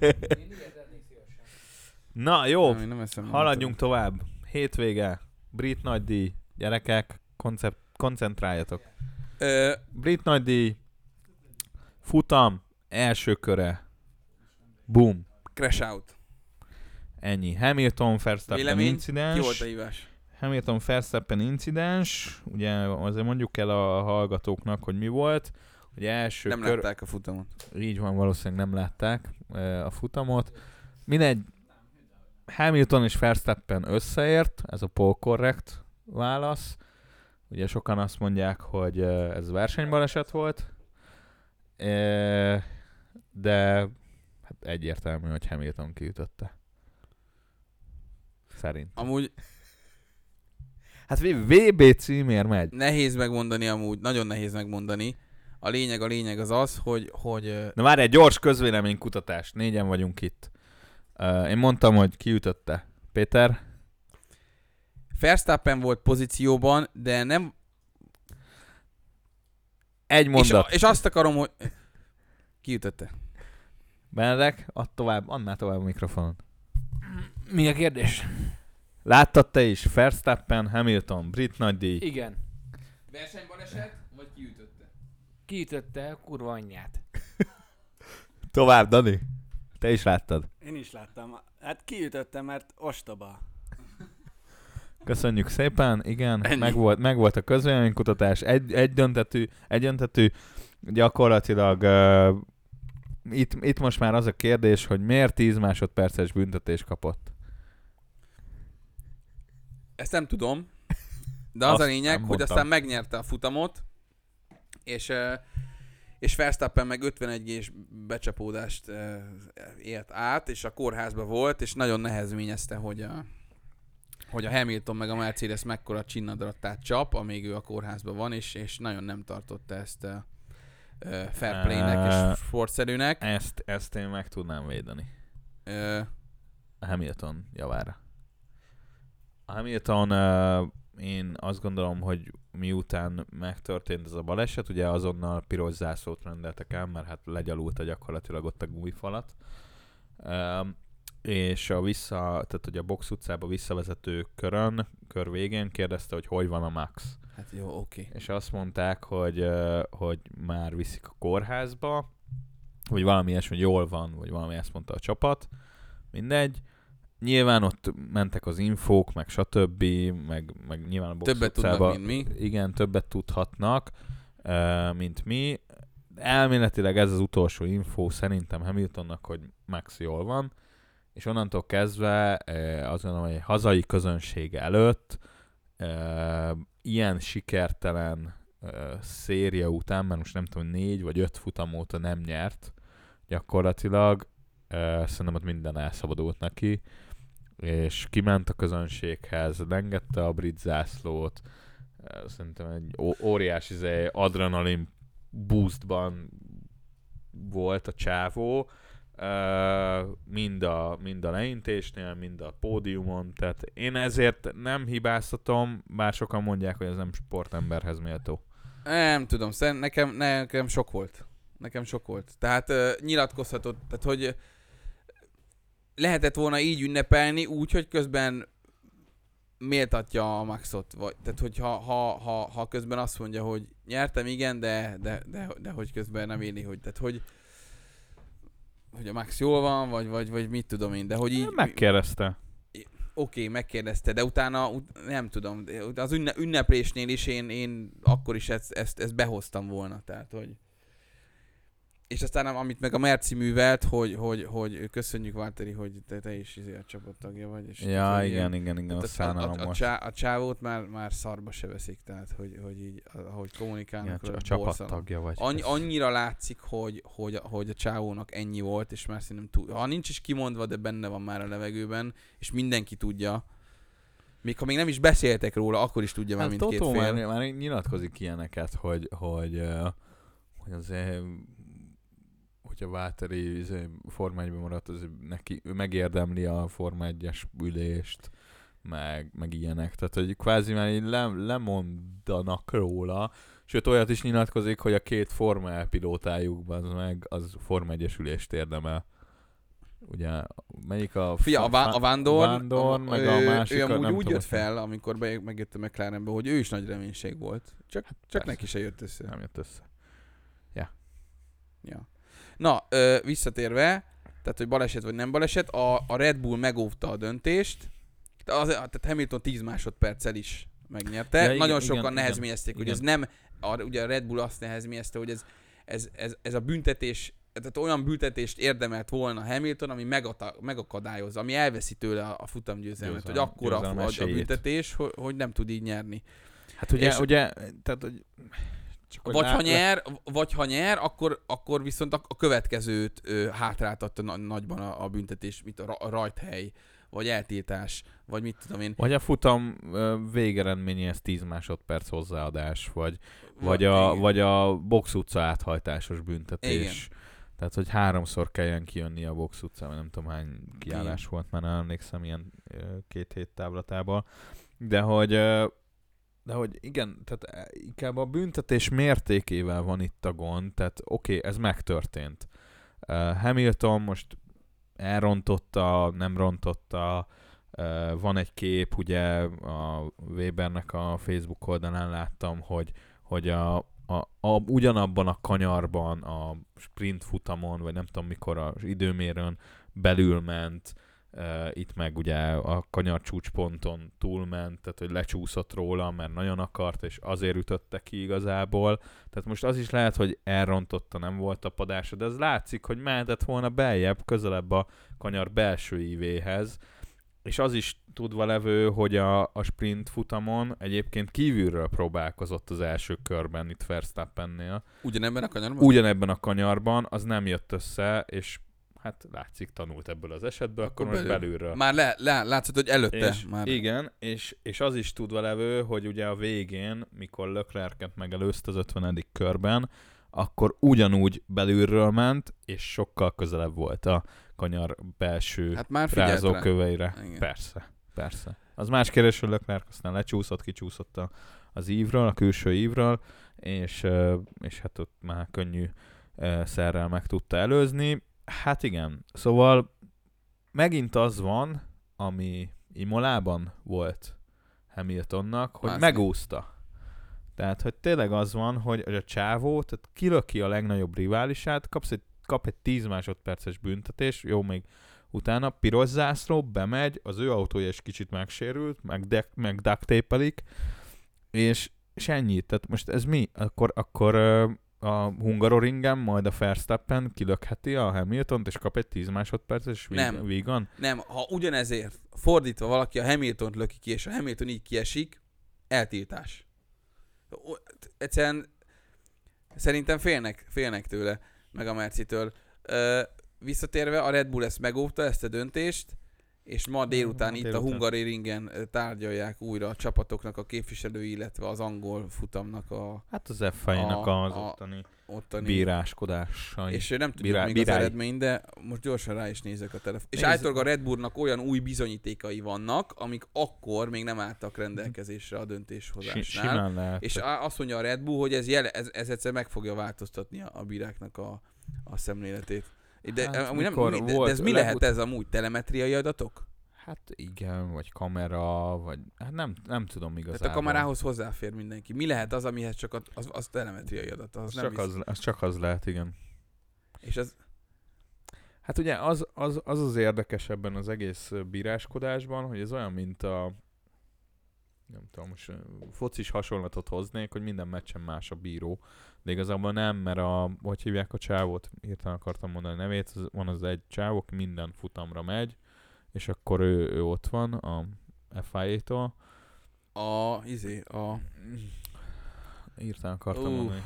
Na jó,
Nem, én nem eszem.
haladjunk tovább. Hétvége, brit nagydíj, gyerekek, koncept, koncentráljatok.
Ö,
Brit nagydíj, futam, első köre, boom,
crash out.
ennyi. Hamilton, Verstappen
Vélemény? Ki volt
incidens.
a hívás?
Hamilton Verstappen incidens, ugye azért mondjuk el a hallgatóknak, hogy mi volt. Ugye első
Nem
kör,
látták a futamot.
így van, valószínűleg nem látták e, a futamot. Mindegy, Hamilton és Verstappen összeért, ez a pole correct válasz. Ugye sokan azt mondják, hogy e, ez versenybaleset volt, e, de hát egyértelmű, hogy Hamilton kiütötte. Szerint.
Amúgy
Hát VB címért megy.
nehéz megmondani amúgy, nagyon nehéz megmondani. A lényeg, a lényeg az az, hogy, hogy ö,
Na várj, egy gyors közvéleménykutatás. Négyen vagyunk itt. Uh, én mondtam, hogy kiütötte. Péter?
Verstappen volt pozícióban, de nem...
Egy
És,
mondat. És,
és, azt akarom, hogy... Kiütötte.
Benedek, add tovább, annál tovább a mikrofonon.
Mi a kérdés?
Láttad te is Verstappen, Hamilton, Brit nagydíj.
Igen.
Versenybaleset, vagy kiütötte?
Kiütötte a kurva anyját.
Tovább, Dani. Te is láttad.
Én is láttam. Hát kiütöttem, mert ostoba.
Köszönjük szépen, igen,
Ennyi.
megvolt, megvolt a közvéleménykutatás, egy, egy döntetű, egy döntetű, gyakorlatilag uh, itt, itt most már az a kérdés, hogy miért 10 másodperces büntetés kapott.
Ezt nem tudom. De az
Azt
a lényeg,
nem
hogy
mondtam.
aztán megnyerte a futamot, És, ö, és Verstappen meg 51 gés becsapódást ö, élt át, és a kórházba volt, és nagyon nehezményezte, hogy a, hogy a Hamilton meg a Mercedes mekkora csinnadratát csap, amíg ő a kórházban van, és, és nagyon nem tartotta ezt ö, ö, fair play-nek és sportszerűnek.
Ezt, ezt én meg tudnám védeni.
Ö,
A Hamilton javára. A Hamilton, ö, én azt gondolom, hogy miután megtörtént ez a baleset, ugye azonnal piros zászlót rendeltek el, mert hát legyalulta gyakorlatilag ott a gumifalat. Öm, és a vissza, tehát ugye a box utcába visszavezető körön, kör végén kérdezte, hogy hogy van a Max.
hát jó, oké.
és azt mondták, hogy, ö, hogy már viszik a kórházba, vagy valami ilyesmi, hogy jól van, vagy valami ezt mondta a csapat, mindegy. Nyilván ott mentek az infók, meg stb., meg, meg nyilván a box
Többet
utcába,
tudnak, mint mi.
Igen, többet tudhatnak, ö, mint mi. Elméletileg ez az utolsó infó szerintem Hamiltonnak, hogy Max jól van, és onnantól kezdve ö, azt gondolom, hogy egy hazai közönsége előtt ö, ilyen sikertelen ö, széria után, mert most nem tudom, négy vagy öt futam óta nem nyert gyakorlatilag, ö, szerintem ott minden elszabadult neki, és kiment a közönséghez, lengette a brit zászlót, ö, szerintem egy ó- óriási izé, adrenalin boostban volt a csávó, ö, mind a, mind a leintésnél, mind a pódiumon, tehát én ezért nem hibáztatom, bár sokan mondják, hogy ez nem sportemberhez méltó.
Nem tudom, szerint nekem, nekem sok volt. Nekem sok volt. Tehát ö, nyilatkozhatott, tehát hogy ö, lehetett volna így ünnepelni, úgy, hogy közben méltatja a Maxot. Vagy, tehát, hogy ha, ha, ha, ha, közben azt mondja, hogy nyertem, igen, de, de, de, de hogy közben nem éli, hogy, tehát, hogy hogy a Max jól van, vagy, vagy, vagy mit tudom én, de hogy így...
Megkérdezte.
oké, megkérdezte, de utána ut- nem tudom, de ut- az ünne- ünneplésnél is én, én akkor is ezt, ezt, ezt behoztam volna, tehát hogy és aztán am- amit meg a Merci művelt, hogy, hogy, hogy köszönjük Válteri, hogy te, te is izé a csapat tagja vagy. És tehát,
Ja,
hogy
igen,
ilyen-
igen, igen, a
tehát a, a,
szánalom
a, a,
most.
csá, a, csávót már, már szarba se veszik, tehát hogy, hogy így, ahogy
Igen,
kommunikálnak.
a
az
csapat
borzalom.
tagja vagy.
Annyi,
Ez-
annyira látszik, hogy, hogy, hogy a csávónak ennyi volt, és már szerintem túl, ha nincs is kimondva, de benne van már a levegőben, és mindenki tudja. Még ha még nem is beszéltek róla, akkor is tudja már
Hát
mindkét
Totó
fél.
már, már nyilatkozik ilyeneket, hogy, hogy, ö, hogy azért hogyha Válteri izé, Forma 1 maradt, az neki, ő megérdemli a Forma 1-es ülést, meg, meg ilyenek. Tehát, hogy kvázi már így le, lemondanak róla, sőt olyat is nyilatkozik, hogy a két Forma E pilótájukban az meg az Forma 1-es ülést érdemel. Ugye, melyik a...
Fia, a, Vá- a Vándor,
Vándor, meg
ő,
a másik,
ő
a
amúgy
nem
úgy
tudom,
jött fel, amikor be, megjött a McLarenbe, hogy ő is nagy reménység volt. Csak, csak
Hát persze.
neki se jött össze.
Nem jött össze.
Ja. Na, ö, visszatérve, tehát hogy baleset vagy nem baleset, a, a Red Bull megóvta a döntést, Te- az, tehát Hamilton 10 másodperccel is megnyerte.
Ja,
Ja,
igen,
Nagyon
igen,
sokan
igen,
nehezményezték, hogy
igen.
ez nem, a, ugye a Red Bull azt nehezményezte, hogy ez, ez, ez, ez a büntetés, tehát olyan büntetést érdemelt volna Hamilton, ami megata, megakadályozza, ami elveszi tőle a, a futamgyőzelmet,
Győzelem-
hogy akkora
győzelem
a, a
esélyét.
büntetés, hogy, hogy nem tud így nyerni.
Hát ugye,
És-
és ugye tehát, hogy... Csak
Vagy ha, nyer, vagy ha nyer, akkor, akkor viszont a, a következőt ö, hátráltatta na, nagyban a, a büntetés, mint a, ra, a rajthely, vagy eltiltás, vagy mit tudom én.
Vagy a futam ö, végeredményéhez 10 másodperc hozzáadás, vagy, vagy, a,
Igen.
vagy a box utca áthajtásos büntetés. Igen. Tehát, hogy háromszor kelljen kijönni a box utca, mert nem tudom hány kiállás
Igen.
volt, már nem emlékszem ilyen ö, két hét táblatából. De hogy, ö, de hogy igen, tehát eh, inkább a büntetés mértékével van itt a gond, tehát oké, okay, ez megtörtént. Uh, Hamilton most elrontotta, nem rontotta, uh, van egy kép, ugye a Webernek a Facebook oldalán láttam, hogy, hogy a, a, a, ugyanabban a kanyarban, a sprint futamon, vagy nem tudom mikor az időmérőn belül ment, uh, itt meg ugye a kanyar csúcsponton túlment, tehát hogy lecsúszott róla, mert nagyon akart, és azért ütötte ki igazából. Tehát most az is lehet, hogy elrontotta, nem volt a padása, de az látszik, hogy mehetett volna beljebb, közelebb a kanyar belső ívéhez, és az is tudva levő, hogy a, a sprint futamon egyébként kívülről próbálkozott az első körben itt Verstappennél.
Ugyanebben a kanyarban?
Ugyanebben a kanyarban az nem jött össze, és hát látszik tanult ebből az esetből, akkor,
Akkor
most
belül.
belülről.
Már le, le, látszott, hogy előtte
És,
már.
Igen, és, és az is tudva levő, hogy ugye a végén, mikor Leclerc-et megelőzte az 50. körben, akkor ugyanúgy belülről ment, és sokkal közelebb volt a kanyar belső hát
Hát már figyelt rá.
rázóköveire.
Igen.
Persze, persze. Az más kérdés, hogy Leclerc aztán lecsúszott, kicsúszott a, az ívről, a külső ívről, és, ö, és hát ott már könnyű ö, szerrel meg tudta előzni. Hát igen, szóval megint az van, ami Imolában volt Hamiltonnak, hogy
Mászni.
megúszta. Tehát, hogy tényleg az van, hogy a csávó, tehát kilöki a legnagyobb riválisát, kapsz egy, kap egy 10 másodperces büntetés, jó, még utána piros zászló, bemegy, az ő autója is kicsit megsérült, meg, de- meg duct tape-elik, és, és ennyi. Tehát most ez mi? Akkor, akkor ö, a Hungaroringen, majd a Verstappen kilökheti a Hamiltont, és kap egy 10 másodperces vég-
Nem.
vígan?
Nem, ha ugyanezért fordítva valaki a hamilton löki ki, és a Hamilton így kiesik, eltiltás. O- Egyszerűen szerintem félnek, félnek tőle, meg a Mercitől. Ö, visszatérve, a Red Bull ezt megóvta, ezt a döntést, és ma délután
ma
itt
délután.
a Hungari ringen ö, tárgyalják újra a csapatoknak a képviselői, illetve az angol futamnak a
Hát az f nak
A-
az
a-
ottani
ottani
bíráskodásai.
és nem tudjuk
Birá-
még
birái.
az eredményt, de most gyorsan rá is nézek a telefon. És
Nézz-
állítólag a Red Bullnak olyan új bizonyítékai vannak, amik akkor még nem álltak rendelkezésre a
Si-
döntéshozásnál.
simán lehet.
és á- azt mondja a Red Bull, hogy ez, jele, ez, ez egyszer meg fogja változtatni a, a bíráknak a, a szemléletét. De,
Hát,
hát, amúgy nem,
mikor
mi, de, de
volt
ez mi
legut-
lehet ez amúgy? Telemetriai adatok?
Hát igen, vagy kamera, vagy hát nem, nem tudom igazából.
Tehát a kamerához hozzáfér mindenki. Mi lehet az, amihez csak a, az, az telemetriai adat? Az
az
nem
csak,
visz...
az, az csak az lehet, igen.
És ez
Hát ugye az az, az, az érdekes ebben az egész ö, bíráskodásban, hogy ez olyan, mint a nem tudom, most ö, focis hasonlatot hoznék, hogy minden meccsen más a bíró. De igazából nem, mert a, hogy hívják a csávót, hirtelen akartam mondani a nevét, az, van az egy csávó, aki minden futamra megy, és akkor ő, ő ott van a FIA-tól.
a, izé, a
Hirtelen akartam
Ú.
mondani.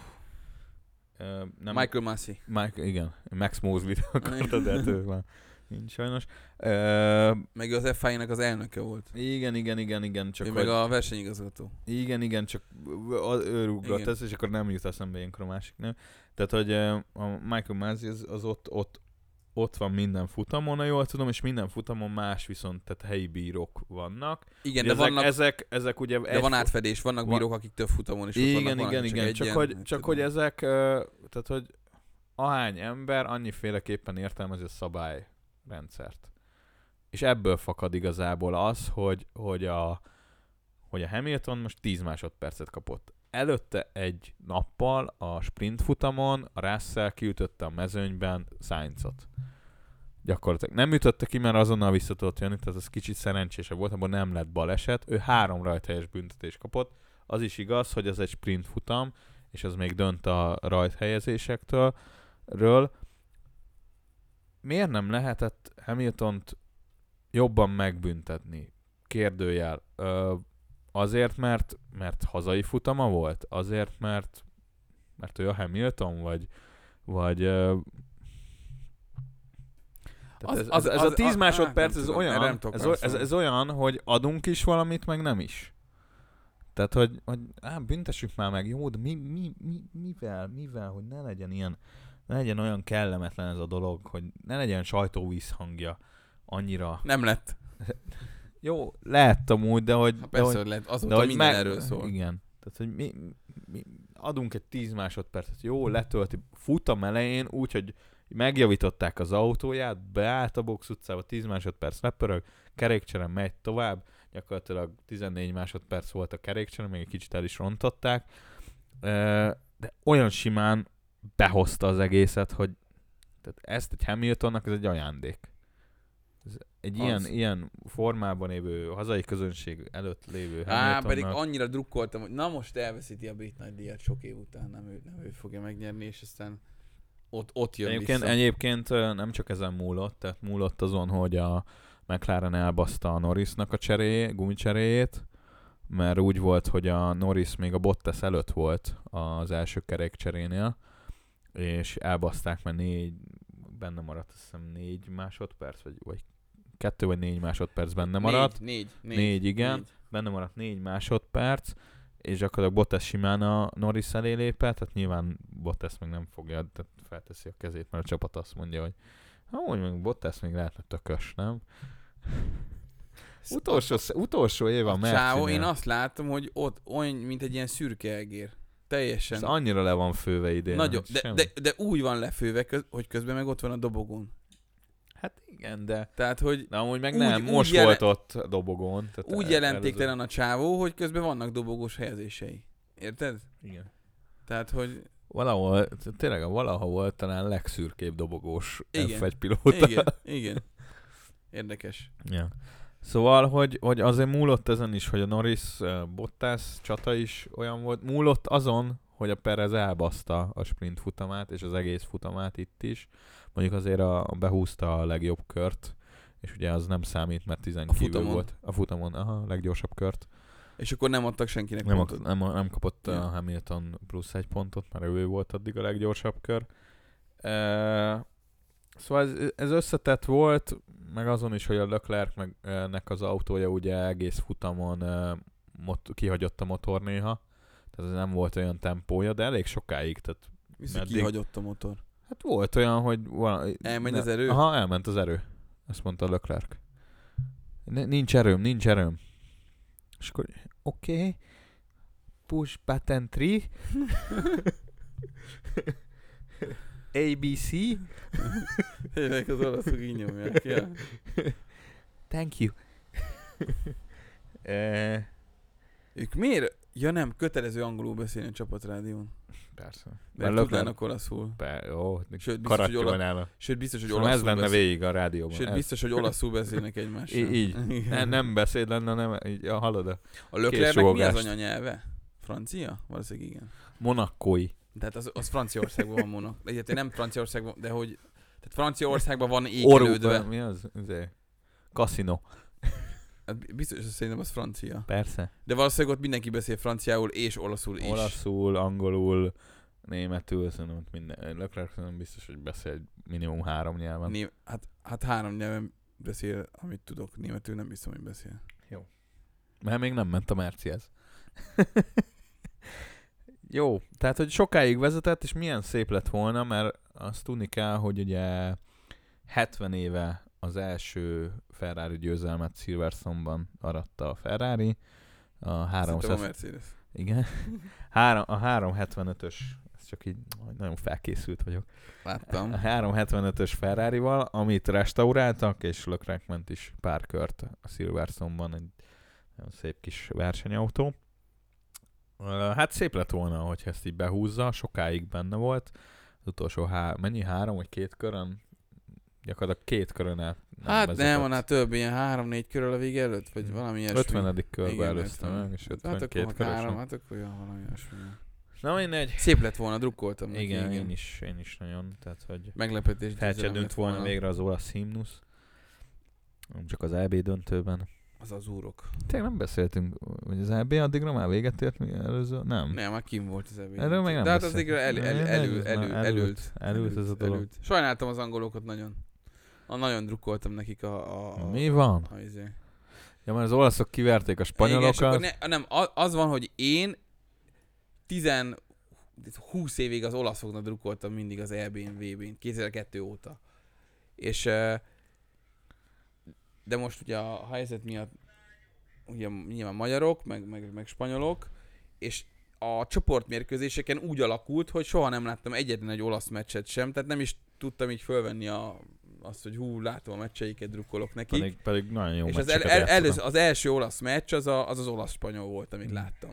Ö, nem,
Michael Massey.
Mike, igen, Max Mosley-t akartad, de hát ő már nincs sajnos. Ö,
Meg az FIA-nek az elnöke volt.
Igen, igen, igen, igen, csak
Csak ő
hogy...
meg a versenyigazgató.
Igen, igen, csak a- ő rúggat
Igen.
ezt, és akkor nem jut eszembe ilyenkor a másik nő. Tehát, hogy ö, a Michael Masi az, az ott, ott, ott van minden futamon, ha jól tudom, és minden futamon más viszont, tehát helyi bírók vannak.
Igen,
Ugye
de,
ezek,
vannak,
ezek, ezek ugye...
de van
fu-
átfedés, vannak
van-
bírók, akik több futamon is ott vannak.
igen,
vannak
igen, igen,
egy
csak,
ilyen,
hogy,
mit
csak
tudom.
hogy ezek, ö, tehát hogy ahány ember annyiféleképpen értelmezi a szabályrendszert. És ebből fakad igazából az, hogy, hogy, a, hogy a Hamilton most 10 másodpercet kapott. Előtte egy nappal a sprint futamon a Russell kiütötte a mezőnyben Sainzot. Gyakorlatilag nem ütötte ki, mert azonnal vissza tudott jönni, tehát az kicsit szerencsése volt, abban nem lett baleset. Ő három rajthelyes büntetést kapott, az is igaz, hogy az egy sprint futam, és az még dönt a rajthelyezésektől. Ről. Miért nem lehetett Hamiltont jobban megbüntetni? Kérdőjel. Ö, azért, mert, mert hazai futama volt? Azért, mert, mert ő a Hamilton? Vagy, vagy ö, tehát
Az-
ez, ez,
az-
ez
az-
a 10
a- hát
másodperc,
nem
ez
tudom, erre nem
olyan,
tudok
ez, o- ez,
válaszolni.
ez olyan, hogy adunk is valamit, meg nem is. Tehát, hogy, hogy á, büntessük már meg, jó, de mi, mi, mi, mivel, mivel, hogy ne legyen ilyen, ne legyen olyan kellemetlen ez a dolog, hogy ne legyen sajtóvízhangja annyira.
Nem lett.
Jó, lehet amúgy, de hogy...
Hát
de
persze,
hogy,
hogy lett.
de
Azóta
hogy
minden erről szól.
Igen. Tehát, hogy mi, mi, adunk egy 10 másodpercet, jó, letölti, futam elején úgy, hogy megjavították az autóját, beállt a box utcába, 10 másodperc lepörög, kerékcsere megy tovább, gyakorlatilag 14 másodperc volt a kerékcsere, még egy kicsit el is rontották, Ö, de olyan simán behozta az egészet, hogy tehát ezt egy Hamiltonnak ez egy ajándék. Ez egy
Az.
ilyen, ilyen formában lévő, hazai közönség előtt lévő
Á,
Hamiltonnak.
pedig annyira drukkoltam, hogy na most elveszíti a brit nagy díjat sok év után, nem ő, nem ő fogja megnyerni, és aztán ott, ott jön
Egyébként,
vissza.
egyébként ö, nem csak ezen múlott, tehát múlott azon, hogy a McLaren elbaszta a Norrisnak a cseréjé, gumicseréjét, mert úgy volt, hogy a Norris még a Bottas előtt volt az első kerék cserénél, és elbaszták, mert négy, benne maradt azt hiszem négy másodperc, vagy, vagy kettő vagy négy másodperc benne maradt.
Négy, négy,
Négy, igen. benne maradt négy másodperc, és gyakorlatilag Bottas simán a Norris elé lépett, tehát nyilván Bottas meg nem fogja, tehát felteszi a kezét, mert a csapat azt mondja, hogy amúgy meg Bottas még lehetne tökös, nem? Utolsó, sz- utolsó év a,
a
a
csávó, én azt látom, hogy ott olyan, mint egy ilyen szürke egér.
Ez
Teljesen.
annyira le van főve idén.
Nagyon,
hogy
de,
semmi.
de, de, úgy van lefőve, köz, hogy közben meg ott van a dobogón.
Hát igen, de...
Tehát, hogy
De amúgy meg
Úgy-
úgy, nem,
úgy
most
jele-
volt ott a dobogón. Tehát
úgy
el-
jelentéktelen a csávó, hogy közben vannak dobogós helyezései. Érted?
előző- Igen.
Tehát, hogy
Valahol, tényleg a valaha volt talán legszürkébb dobogós
Igen.
F1 pilóta.
igen, igen. Érdekes.
Ja. Szóval, hogy, hogy azért múlott ezen is, hogy a Norris eh, Bottas csata is olyan volt. Múlott azon, hogy a Perez elbaszta a sprint futamát, és az egész futamát itt is. Mondjuk azért a, a behúzta a legjobb kört, és ugye az nem számít, mert 10
A
kívül
futamon.
volt. A futamon, aha, a leggyorsabb kört.
És akkor nem adtak senkinek
Nem,
pontot.
ak- nem, nem kapott
Ja.
a Hamilton plusz egy pontot, mert ő volt addig a leggyorsabb kör. E- szóval ez, ez összetett volt, meg azon is, hogy a Leclerc meg, eh, nek az autója ugye egész futamon e- mot- kihagyott a motor néha, tehát ez nem volt olyan tempója, de elég sokáig, tehát
Viszont
meddig-
kihagyott a motor.
hát volt olyan, hogy valami,
Elmegy az erő?
Aha, elment az erő. Ezt mondta a Leclerc. N- nincs erőm, nincs erőm. És akkor, oké, okay. push button 3, ABC,
Tényleg az olaszok így nyomják. Ja.
thank you. eh,
Ők miért? Ja nem, kötelező angolul beszélni a csapatrádión.
persze.
Mert
Leclerc-
tudnának olaszul.
Per, jó,
Sőt, biztos, hogy
karattyol
ola-
nála.
Sőt, biztos, hogy
Szóval ez
olaszul
lenne
beszél-
végig a rádióban.
Sőt,
Ez.
biztos, hogy olaszul beszélnek egymással.
Í- így. Ne,
Igen.
nem beszéd lenne, nem, így, ja, hallod a
A Löklernek mi az
készsugogást.
anyanyelve? Francia? Valószínűleg igen.
monakói.
Tehát az, az Franciaországban van monak. Egyébként nem Franciaországban, de hogy... Tehát Franciaországban van
Orú,
ékelődve.
mi az? Izé, Kaszinó.
Hát Biztos, hogy szerintem az francia.
Persze.
De valószínűleg ott mindenki beszél franciául és olaszul is.
Olaszul, angolul, németül, szerintem ott minden. Leclerc szerintem biztos, hogy beszél egy minimum három nyelven.
Né- hát, hát három nyelven beszél, amit tudok. Németül nem hiszem, hogy beszél.
Mert még nem ment a Mercihez. Jó, tehát hogy sokáig vezetett, és milyen szép lett volna, mert azt tudni kell, hogy ugye 70 éve az első Ferrari győzelmet Silverstoneban aratta a Ferrari. A
Szerintem
300
a Mercedes.
Igen. Három, a 375-ös, ez csak így nagyon felkészült vagyok.
Láttam.
A 375-ös Ferrari-val, amit restauráltak, és Leclerc ment is pár kört a Silverstone-ban, egy nagyon szép kis versenyautó. Ö, Hát szép lett volna, hogy ezt így behúzza, sokáig benne volt. Az utolsó há- mennyi, három vagy két körön? Gyakorlatilag két körön át nem
Hát nem,
vezetett.
annál több, ilyen három-négy körül a vég előtt, vagy
Hmm.
valami ilyesmi.
50. körbe
Igen,
előztem
50.
meg, és
Hát akkor
52
ha
körösen.
három, hát akkor jó, valami ilyesmi.
Na mindegy.
Szép lett volna, drukkoltam. neki,
Igen, én is, én is nagyon, tehát hogy
Meglepetés. győzelem
felcsedült
lett
volna végre az olasz himnusz. Nem csak az EB döntőben.
Az az úrok.
Tényleg nem beszéltünk, hogy az EB addigra már véget ért mi előző? Nem.
Nem, már kim volt az ebéd.
Erről meg nem
De hát az
beszéltünk.
el, el,
Nem,
el, elő,
ez
elő,
már
elült.
Elült ez a dolog.
elült. Sajnáltam az angolokat nagyon. A, nagyon drukkoltam nekik a... a, a
Mi van?
A, izé.
Ja, mert az olaszok kiverték a
Igen, és akkor
spanyolokat.
ne, nem, a- az van, hogy én 10 20 évig az olaszoknak drukkoltam mindig az EB-n, VB-n, 2002 óta. És ö, de most ugye a helyzet miatt ugye nyilván magyarok, meg, meg, meg spanyolok, és a csoportmérkőzéseken úgy alakult, hogy soha nem láttam egyetlen egy olasz meccset sem, tehát nem is tudtam így fölvenni a, azt, hogy hú, látom a meccseiket, drukkolok nekik.
Pedig, pedig nagyon jó
És az, el,
meccseket
el,
játszanak.
előző, az első olasz meccs az a, az, az olasz-spanyol volt, amit
Mm.
láttam.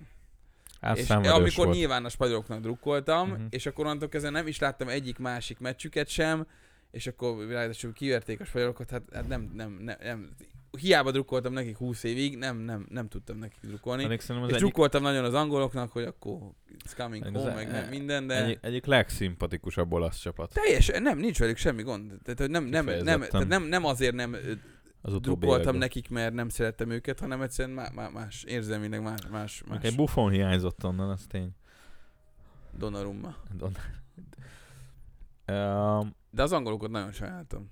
Hát
és
szenvedős
amikor
volt.
nyilván a spanyoloknak drukkoltam,
Mhm.
és akkor onnantól kezdve nem is láttam egyik másik meccsüket sem, és akkor ráadásul kiverték a spanyolokat, hát, hát nem, nem, nem, nem, hiába drukkoltam nekik 20 évig, nem, nem, nem tudtam nekik drukkolni.
Pedig szerintem
és
az egyik,
drukkoltam nagyon az angoloknak, hogy akkor it's coming
Meg az
home,
e-
meg
e-
nem minden, de...
egyik, egyik legszimpatikusabb olasz csapat.
Teljesen, nem, nincs velük semmi gond. Tehát, hogy nem, nem, nem,
Kifejezetten.
tehát nem, nem azért nem ö,
az utóbbi
drukkoltam
években.
nekik, mert nem szerettem őket, hanem egyszerűen má, má, más érzelmileg más, más, más
Egy buffon hiányzott onnan, az tény.
Donnarumma.
Don- Um,
De az angolokat nagyon sajnáltam.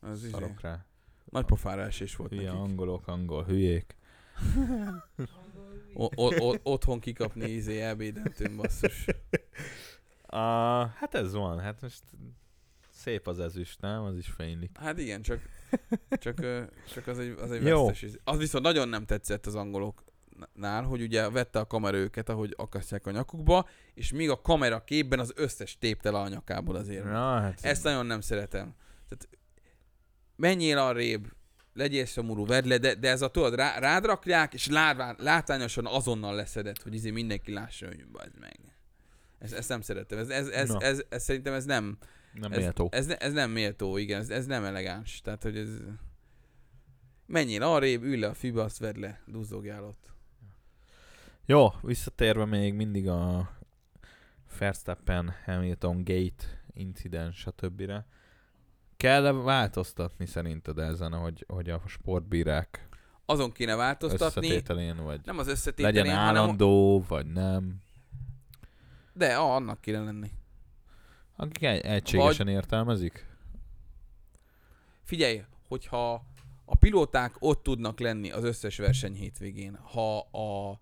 Az is
szarok rá.
nagy pofára esés volt
Hülye
nekik.
angolok, angol hülyék.
O- o- o- otthon kikapni izé elbédentőn basszus.
Uh, hát ez van, hát most szép az ezüst, nem? Az is fénylik.
Hát igen, csak, csak, ö, csak az egy, az egy
Jó.
vesztes. izé. Az viszont nagyon nem tetszett az angoloknál, hogy ugye vette a kamera őket, ahogy akasztják a nyakukba, és míg a kamera képben az összes tépte le a nyakából azért.
Na, hát
Ezt nagyon nem szeretem. Tehát, menjél arrébb, legyél szomorú, vedd le, de, de ez a tudod, rá, rád rakják, és látván, látványosan azonnal leszedett, hogy izé mindenki lássa, hogy bazd meg. Ezt, ezt nem szeretem. Ez, ez, ez,
Na.
ez, ez, ez, szerintem ez nem,
nem
ez,
méltó.
Ez, ne, ez nem méltó, igen, ez, ez nem elegáns. Tehát, hogy ez... Menjél arrébb, ülj le a fűbe, azt vedd le, duzzogjál ott.
Jó, visszatérve még mindig a Verstappen, Hamilton, Gate incidens, stb. Kell-e változtatni szerinted ezen, hogy, hogy a sportbírák
Azon kéne változtatni,
összetételén, vagy
nem az összetételén,
legyen
hanem...
állandó, vagy nem?
De, a, annak kéne lenni.
Akik egy- egységesen értelmezik?
Figyelj, hogyha a pilóták ott tudnak lenni az összes verseny hétvégén, ha a,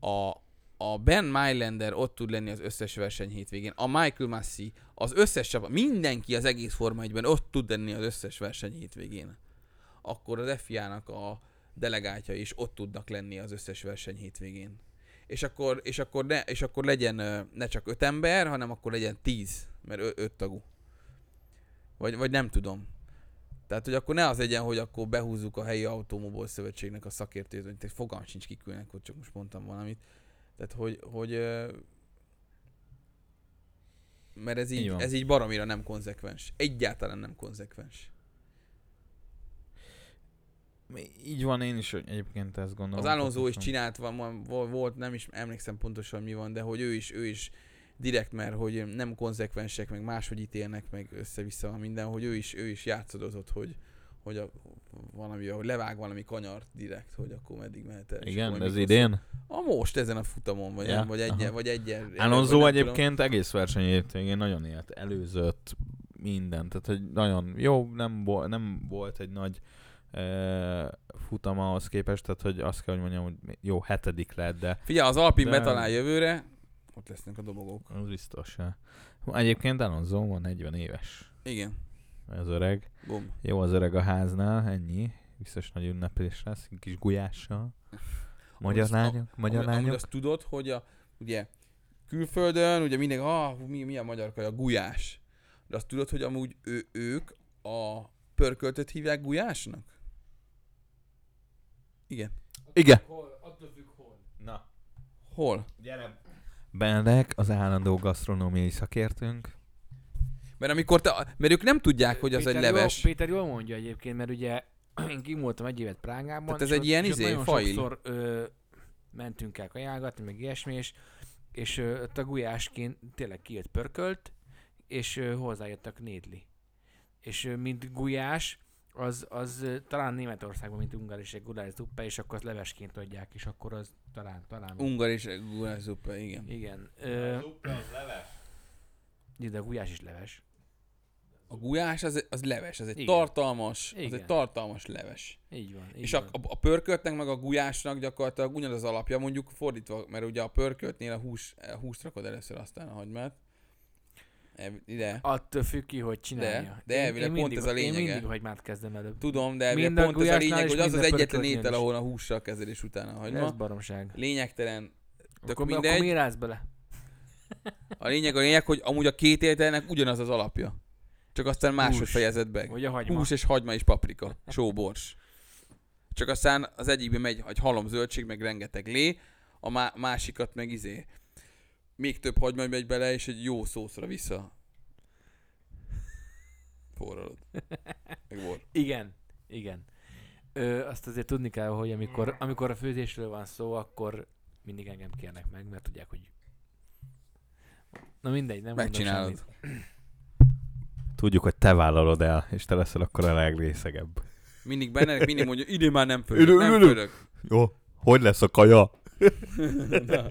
a, a Ben Mylander ott tud lenni az összes verseny hétvégén, a Michael Massey, az összes csapat, mindenki az egész Forma 1-ben ott tud lenni az összes verseny hétvégén, akkor az FIA-nak a delegátja is ott tudnak lenni az összes verseny hétvégén. És akkor, és akkor, ne, és akkor legyen ö, ne csak öt ember, hanem akkor legyen tíz, mert ö, öt tagú. Vagy, vagy nem tudom. Tehát, hogy akkor ne az legyen, hogy akkor behúzzuk a helyi automobil szövetségnek a szakértőt, hogy tehát fogalm sincs kikülnek, hogy csak most mondtam valamit. Tehát, hogy, hogy ö, mert ez így,
Így
így
van.
ez így baromira nem konzekvens. Egyáltalán nem konzekvens.
Így van, én is egyébként ezt gondolom.
Az Alonso is
pontosan.
csinált, van, van, vol- volt, nem is emlékszem pontosan mi van, de hogy ő is, ő is direkt, mert hogy nem konzekvensek, meg máshogy ítélnek, meg össze-vissza van minden, hogy ő is, ő is játszadozott, hogy, hogy a, valami, hogy levág valami kanyart direkt, hogy akkor meddig mehet el. és
Igen,
akkor
ez
mikor-
idén.
A most ezen a futamon, vagy,
Ja,
ja, vagy
aha.
egyen, vagy egyen.
Alonso egyébként egész verseny hétvégén nagyon élt, előzött mindent, tehát hogy nagyon jó, nem, vo- nem volt egy nagy e, futam ahhoz képest, tehát hogy azt kell, hogy mondjam, hogy jó, hetedik lett, de
Figyelj, az Alpin
De-
betalál jövőre, ott lesznek a dobogók.
az biztos. ja. Egyébként Alonso van 40 éves,
Igen,
az öreg.
bum.
Jó az öreg a háznál, ennyi. Biztos nagy ünnepés lesz, egy kis gulyással.
Amúgy
Magyar
azt-
lányok, magyar
Amúgy- amúgy
lányok.
azt tudod, hogy a, ugye külföldön, ugye mindig, ah, mi, mi a magyar kaja, gulyás. De azt tudod, hogy amúgy ő, ők a pörköltöt hívják gulyásnak? Igen.
Igen.
Hol, attól függ hol.
Na,
Hol?
gyere. Benedek, az állandó gasztronómiai szakértőnk.
Mert amikor te, mert ők nem tudják, hogy az egy leves.
Jól, Péter jól mondja egyébként, mert ugye én kimoltam egy évet Prágában.
Tehát ez
és
egy
ott-
ilyen
és ott
izé,
nagyon
faj?
Sokszor ö, mentünk el kajálgatni, meg ilyesmi, és, és ö, ott a gulyásként tényleg kijött pörkölt, és ö, hozzájöttek nédli. És ö, mint gulyás, az, az ö, talán Németországban, mint ungar is egy gulyás zuppa, és akkor azt levesként adják, és akkor az talán, talán.
Ungar és gulyás zuppe, igen.
Igen. Ö, de a gulyás is leves.
A gulyás az, az leves, az egy
Igen.
tartalmas, az
Igen.
egy tartalmas leves.
Így van. Így
És a,
van.
a, a pörköltnek meg a gulyásnak gyakorlatilag ugyanaz az alapja, mondjuk fordítva, mert ugye a pörköltnél a hús, a húst rakod először, aztán a hagymát. E- Ide.
Attól függ ki, hogy csinálja.
de elvileg pont
mindig,
ez a lényege.
Én mindig hagymát kezdem előbb.
Tudom, de
Mind
Mind
a
pont ez a
gulyásnál
lényeg,
és
hogy az
mind
az
a
egyetlen
pörköltnél
étel,
is.
ahol a hússal kezel és utána a
De ez
hagyma.
baromság.
Lényegtelen. Tök
Akkor, mindegy... akkor
mindegy.
miért állsz bele?
A lényeg a lényeg, hogy amúgy a két ételnek ugyanaz az alapja. Csak aztán máshogy
Hús.
fejezed meg.
Hogy a hagyma.
Hús és hagyma és paprika, sóbors. Csak aztán az egyikben megy egy halom zöldség, meg rengeteg lé, a má- másikat meg izé. Még több hagyma megy bele, és egy jó szószra vissza. Forralod. Meg volt.
Igen, igen. Ö, azt azért tudni kell, hogy amikor, amikor a főzésről van szó, akkor mindig engem kérnek meg, mert tudják, hogy... Na mindegy, nem mondom
Megcsinálod.
semmit.
Tudjuk, hogy te vállalod el, és te leszel akkor a legrészegebb.
Mindig benne, mindig mondja, idén már nem fölök,
Idő-
nem
ülök.
fölök.
Jó, hogy lesz a kaja?
Na.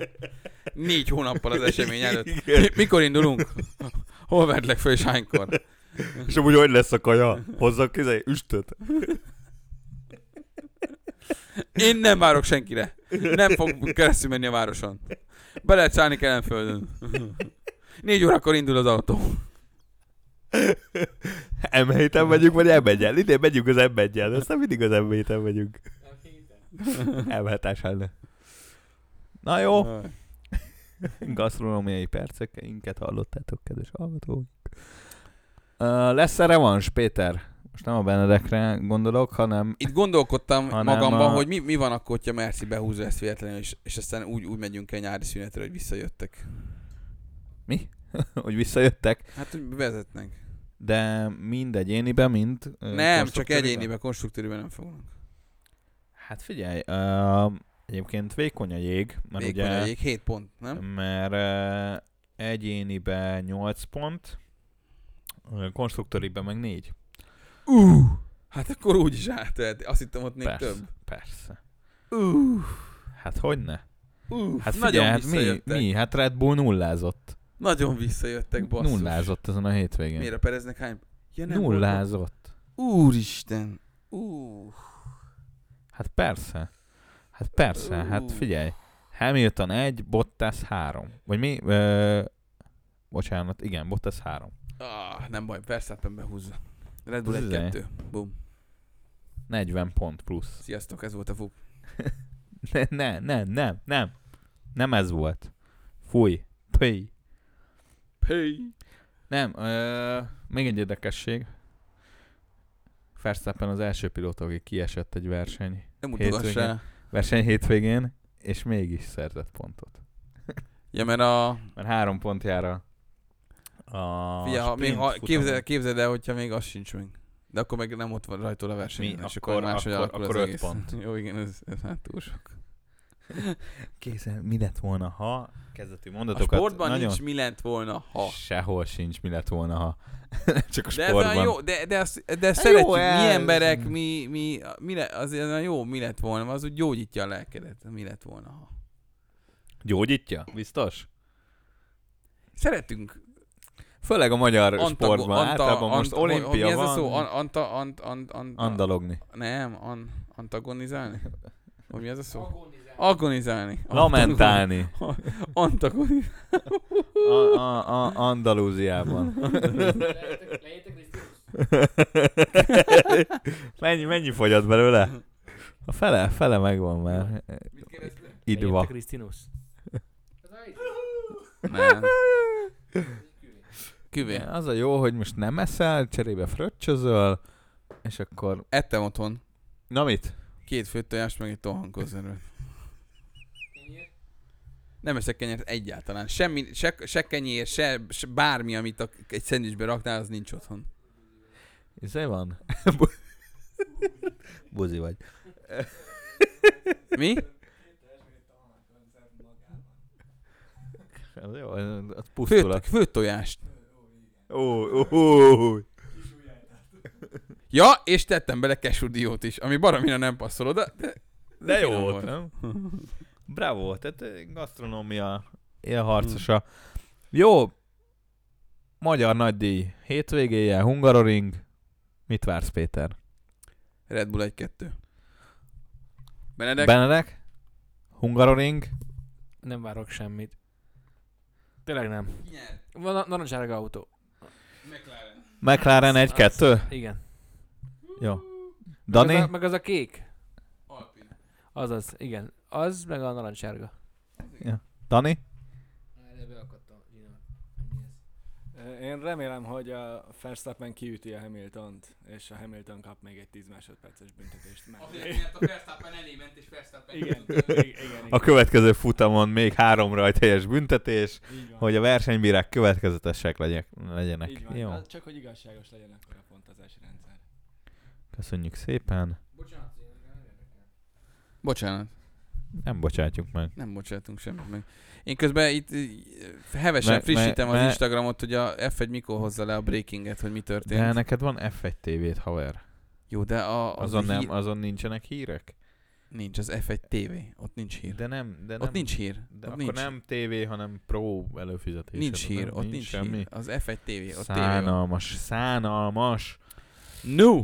Négy hónappal az esemény előtt.
Igen.
Mi- Mikor indulunk? Hol vedlek föl és hánykor?
És amúgy hogy lesz a kaja? Hozzak kizé, üstöt.
Én nem várok senkire. Nem fog keresztül menni a városon. Be lehet szállni Kelenföldön. Négy órakor indul az autó.
m megyünk, vagy m Idén megyünk az m aztán mindig az m megyünk. m 7 Na jó,
Jaj.
gasztronómiai perceinket hallottátok, kedves hallgatók. Uh, lesz -e revans, Péter? Most nem a Benedekre gondolok, hanem
Itt gondolkodtam
Hanem
magamban,
a-
hogy mi, mi van akkor, hogyha Merci behúzza ezt véletlenül, és, és aztán úgy, úgy megyünk el nyári szünetre, hogy visszajöttek.
hogy visszajöttek,
Hát, hogy vezetnek.
de mind egyénibe, mind... ö,
nem, csak
konstruktívibe?
egyéniben, konstruktőriben nem fognak.
Hát figyelj, uh, egyébként vékony a jég, mert
Vékony
ugye...
a jég, 7 pont, nem?
mert uh, egyénibe 8 pont, ö, konstruktőriben meg 4.
Uh, hát akkor úgy is áttehet. Azt hittem ott még
Persze,
több.
persze.
Uh,
Hát hogy ne?
uh,
Hát
nagyon
figyelj, hát mi,
visszajöttek.
mi? Hát Red Bull nullázott.
Nagyon visszajöttek, basszus.
Nullázott ezen a hétvégén.
Miért a Pereznek hány? Ja, nem volt-
Nullázott.
Úristen. Uh,
Hát persze. Hát persze,
Ú.
hát figyelj. Hamilton 1, Bottas 3. Vagy mi? Ö, bocsánat, igen, Bottas 3.
ah, nem baj, Verstappen behúzza. Red Bull
Bizony.
1-2. Bum.
40 pont plusz.
Sziasztok, ez volt a fuk.
Ne, ne, ne, nem, nem. Nem ez volt. Fúj. Pöj.
Hey.
Nem, ö, még egy érdekesség. Verstappen az első pilóta, aki kiesett egy verseny,
Nem mutogass
Hétvégén.
rá.
verseny hétvégén, és mégis szerzett pontot.
Ja, mert a...
Mert három pont jár a, a
Figyelj, ha, még,
sprint
ha,
futamon.
képzeld, képzeld el, hogyha még az sincs meg. De akkor meg nem ott van rajtól a verseny.
Mi?
És
Akkor-
máshogy
akkor-
alakul az
akkor öt
egész.
pont.
Jó, igen, ez, ez hát túl sok.
Képzeld, mi lett volna, ha kezdeti
A
mondatokat
sportban
nagyon...
nincs mi lent volna, ha.
Sehol sincs, mi lett volna, ha. Csak a
De ez
sportban.
olyan jó, de, de, azt, de ezt
Hát jó,
szeretjük, mi
ez-
emberek, mi, mi, mi le, az olyan jó, mi lett volna, az úgy gyógyítja a lelkedet, mi lett volna, ha.
Gyógyítja? Biztos?
Szeretünk.
Főleg a magyar
Antago-
sportban. Általában most
anta-
olimpia
mi ez
van.
a szó? An, anta, ant, ant, ant,
Andalogni.
Nem, an, antagonizálni? Hogy mi ez a szó? Agonizálni.
Lamentálni.
Antagonizálni.
A, a, a Andalúziában. mennyi, mennyi fogyott belőle? A fele, fele megvan már. Idva.
Krisztinus.
Nem. Küvé.
Az a jó, hogy most nem eszel, cserébe fröccsözöl, és akkor...
Ettem otthon
Na mit?
két főtt tojást, meg egy tohankozerőt. Nem eszek kenyeret egyáltalán. Semmi, se, se kenyér, se, se bármi, amit a, egy szendvicsbe raknál, az nincs otthon.
Izé van? Bu- Buzi vagy.
Mi?
Az jó, az az pusztulat.
Főtt, főtt tojást.
Ó, ó, ó.
Ja, és tettem bele kesúdiót is, ami baromira nem passzol oda, de
De jó
Finom
volt,
volt.
nem? Bravo, tehát eh, gasztronómia élharcosa. Jó, magyar nagydíj hétvégéje, Hungaroring. Mit vársz, Péter?
Red Bull 1-2. Benedek? Ben-
Benedek? Hungaroring?
Nem várok semmit. Tényleg nem. Van a narancsárga autó.
McLaren.
McLaren
Azt-
1-2?
Igen.
Jó.
Meg az,
Dani?
a, meg az a kék.
Alpin.
Azaz, igen. Az, meg a narancsárga.
Dani?
Én remélem, hogy a Verstappen kiüti a Hamiltont, és a Hamilton kap még egy 10 másodperces büntetést. Már.
mert a Verstappen elé ment, és Verstappen
Igen, igen, igen.
A következő futamon még három rajthelyes büntetés,
Így van.
hogy a versenybírák következetesek legyek, legyenek.
Így van.
Jó,
Hát Csak hogy igazságos legyen akkor a pontozási rendszer.
köszönjük szépen.
Bocsánat.
Nem bocsátjuk meg.
Nem bocsátunk semmit meg. Én közben itt így, hevesen
Me- me-
frissítem az
me-
Instagramot, hogy a F1 mikor hozza le a breakinget, hogy mi
De
történt.
neked van F1 tévét, haver.
Jó, de a, az
Azon,
a
nem,
hír...
azon nincsenek hírek?
Nincs, az F1 TV. Ott nincs hír.
De nem, de nem.
Ott nincs hír.
De
ott
akkor
nincs,
nem TV, hanem Pro előfizetés.
nincs hír, ott nincs
semmi.
hír. Az F1 TV, ott TV van.
Szánalmas, szánalmas.
No!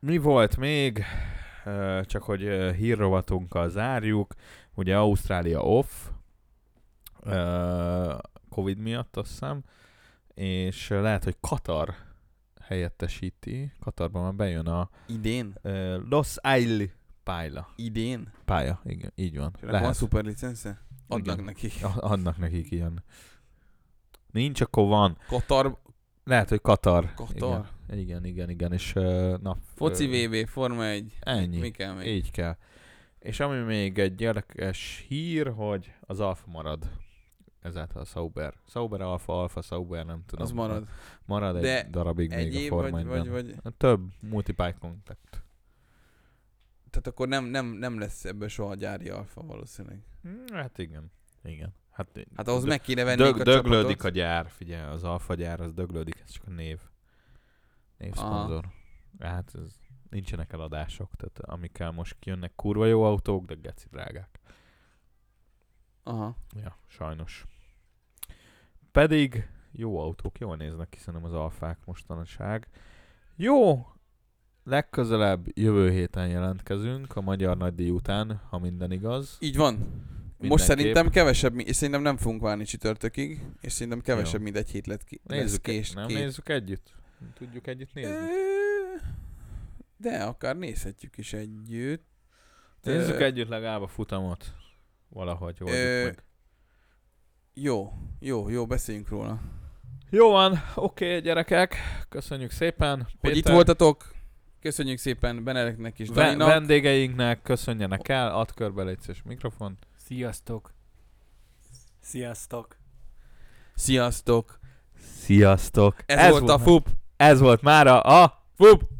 Mi volt még? Ö, Csak hogy ö, hírrovatunkkal zárjuk. Ugye Ausztrália off. Ö, Covid miatt azt hiszem. És lehet, hogy Katar helyettesíti. Katarban már bejön a
Idén?
ö, Los Isle pálya.
Idén?
Pálya, igen, így van.
És annak Van szuper licensze? Adnak
Igen.
nekik.
A- Adnak nekik ilyen. Nincs, akkor van.
Katar,
Lehet, hogy Katar.
Katar.
Igen, igen, igen. igen. És uh, na,
Foci
ö,
VB, Forma 1.
Ennyi.
Mi kell még?
Így kell. És ami még egy érdekes hír, hogy az Alfa marad. Ezáltal a Sauber. Sauber Alfa, Alfa Sauber, nem tudom.
Az marad.
Marad egy
De
darabig
Egy
még
év
a
vagy,
Forma
vagy,
1-ben.
vagy,
Több multiply contact.
Tehát akkor nem, nem, nem lesz ebből soha gyári alfa valószínűleg.
Hm, Hát igen. Igen. Hát,
Hát ahhoz meg kéne venni
Dög,
a
döglődik
csapatot.
a gyár, figyelj, az alfa gyár, az döglődik, ez csak a név.
Aha.
Névszponzor. Hát ez, nincsenek eladások, tehát amikkel most kijönnek kurva jó autók, de geci drágák.
Aha.
Ja, sajnos. Pedig jó autók, jól néznek ki szerintem az alfák mostanság. Jó, legközelebb jövő héten jelentkezünk, a Magyar Nagydíj után, ha minden igaz.
Így van. Most
Mindenképp.
szerintem kevesebb, mi- és szerintem nem fogunk várni csütörtökig, és szerintem kevesebb,
Jó.
mint egy hét lett ki. lesz
Nézzük, e-
kés,
nem
két.
nézzük együtt? Tudjuk együtt nézni?
Ö, De akár nézhetjük is együtt.
Nézzük
Ö,
együtt legalább a futamot. Valahogy oldjuk
Ö,
meg.
Jó, jó, jó, beszéljünk róla.
Jó van, oké okay, gyerekek, köszönjük szépen.
Hogy itt voltatok, köszönjük szépen Benedeknek és
ve-
Daninak.
vendégeinknek, köszönjenek el, add körbe légy szíves mikrofon.
Sziasztok!
Sziasztok!
Sziasztok!
Sziasztok!
Ez, volt a FUP!
Ez volt mára a FUP!